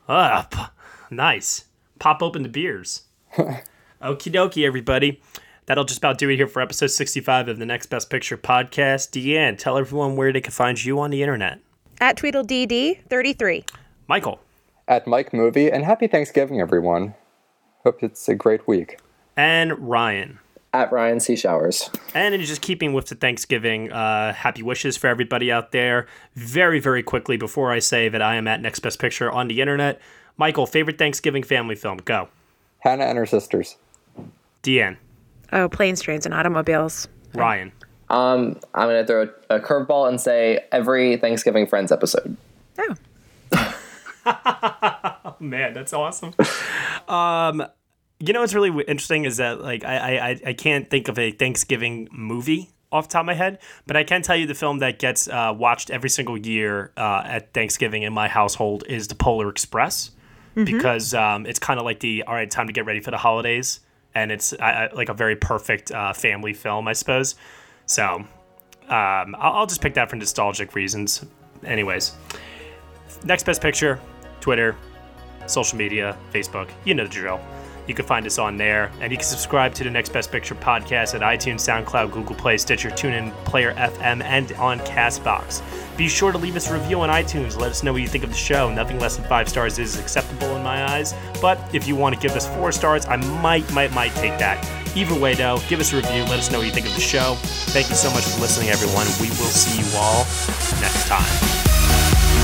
[SPEAKER 8] Ah, p- nice. Pop open the beers. Okie dokie, everybody. That'll just about do it here for episode 65 of the Next Best Picture podcast. Deanne, tell everyone where they can find you on the internet.
[SPEAKER 10] At TweedleDD33.
[SPEAKER 8] Michael.
[SPEAKER 5] At Mike Movie, and happy Thanksgiving, everyone. Hope it's a great week.
[SPEAKER 8] And Ryan.
[SPEAKER 6] At Ryan C. Showers.
[SPEAKER 8] And in just keeping with the Thanksgiving, uh, happy wishes for everybody out there. Very, very quickly, before I say that I am at Next Best Picture on the internet, Michael, favorite Thanksgiving family film? Go.
[SPEAKER 5] Hannah and her sisters.
[SPEAKER 8] Deanne.
[SPEAKER 10] Oh, planes, trains, and automobiles.
[SPEAKER 8] Ryan.
[SPEAKER 6] Um, I'm going to throw a curveball and say every Thanksgiving Friends episode.
[SPEAKER 8] Oh man, that's awesome. Um, you know what's really w- interesting is that like I, I- I I can't think of a Thanksgiving movie off the top of my head, but I can tell you the film that gets uh, watched every single year uh, at Thanksgiving in my household is The Polar Express
[SPEAKER 14] Mhm.
[SPEAKER 8] because um, it's kind of like the all right time to get ready for the holidays, and it's I, I, like a very perfect uh, family film, I suppose. So um, I'll, I'll just pick that for nostalgic reasons. Anyways, next best picture, Twitter, social media, Facebook. You know the drill. You can find us on there, and you can subscribe to the Next Best Picture podcast at iTunes, SoundCloud, Google Play, Stitcher, TuneIn, Player FM, and on Castbox. Be sure to leave us a review on iTunes. Let us know what you think of the show. Nothing less than five stars is acceptable in my eyes, but if you want to give us four stars, I might, might, might take that. Either way, though, give us a review. Let us know what you think of the show. Thank you so much for listening, everyone. We will see you all next time.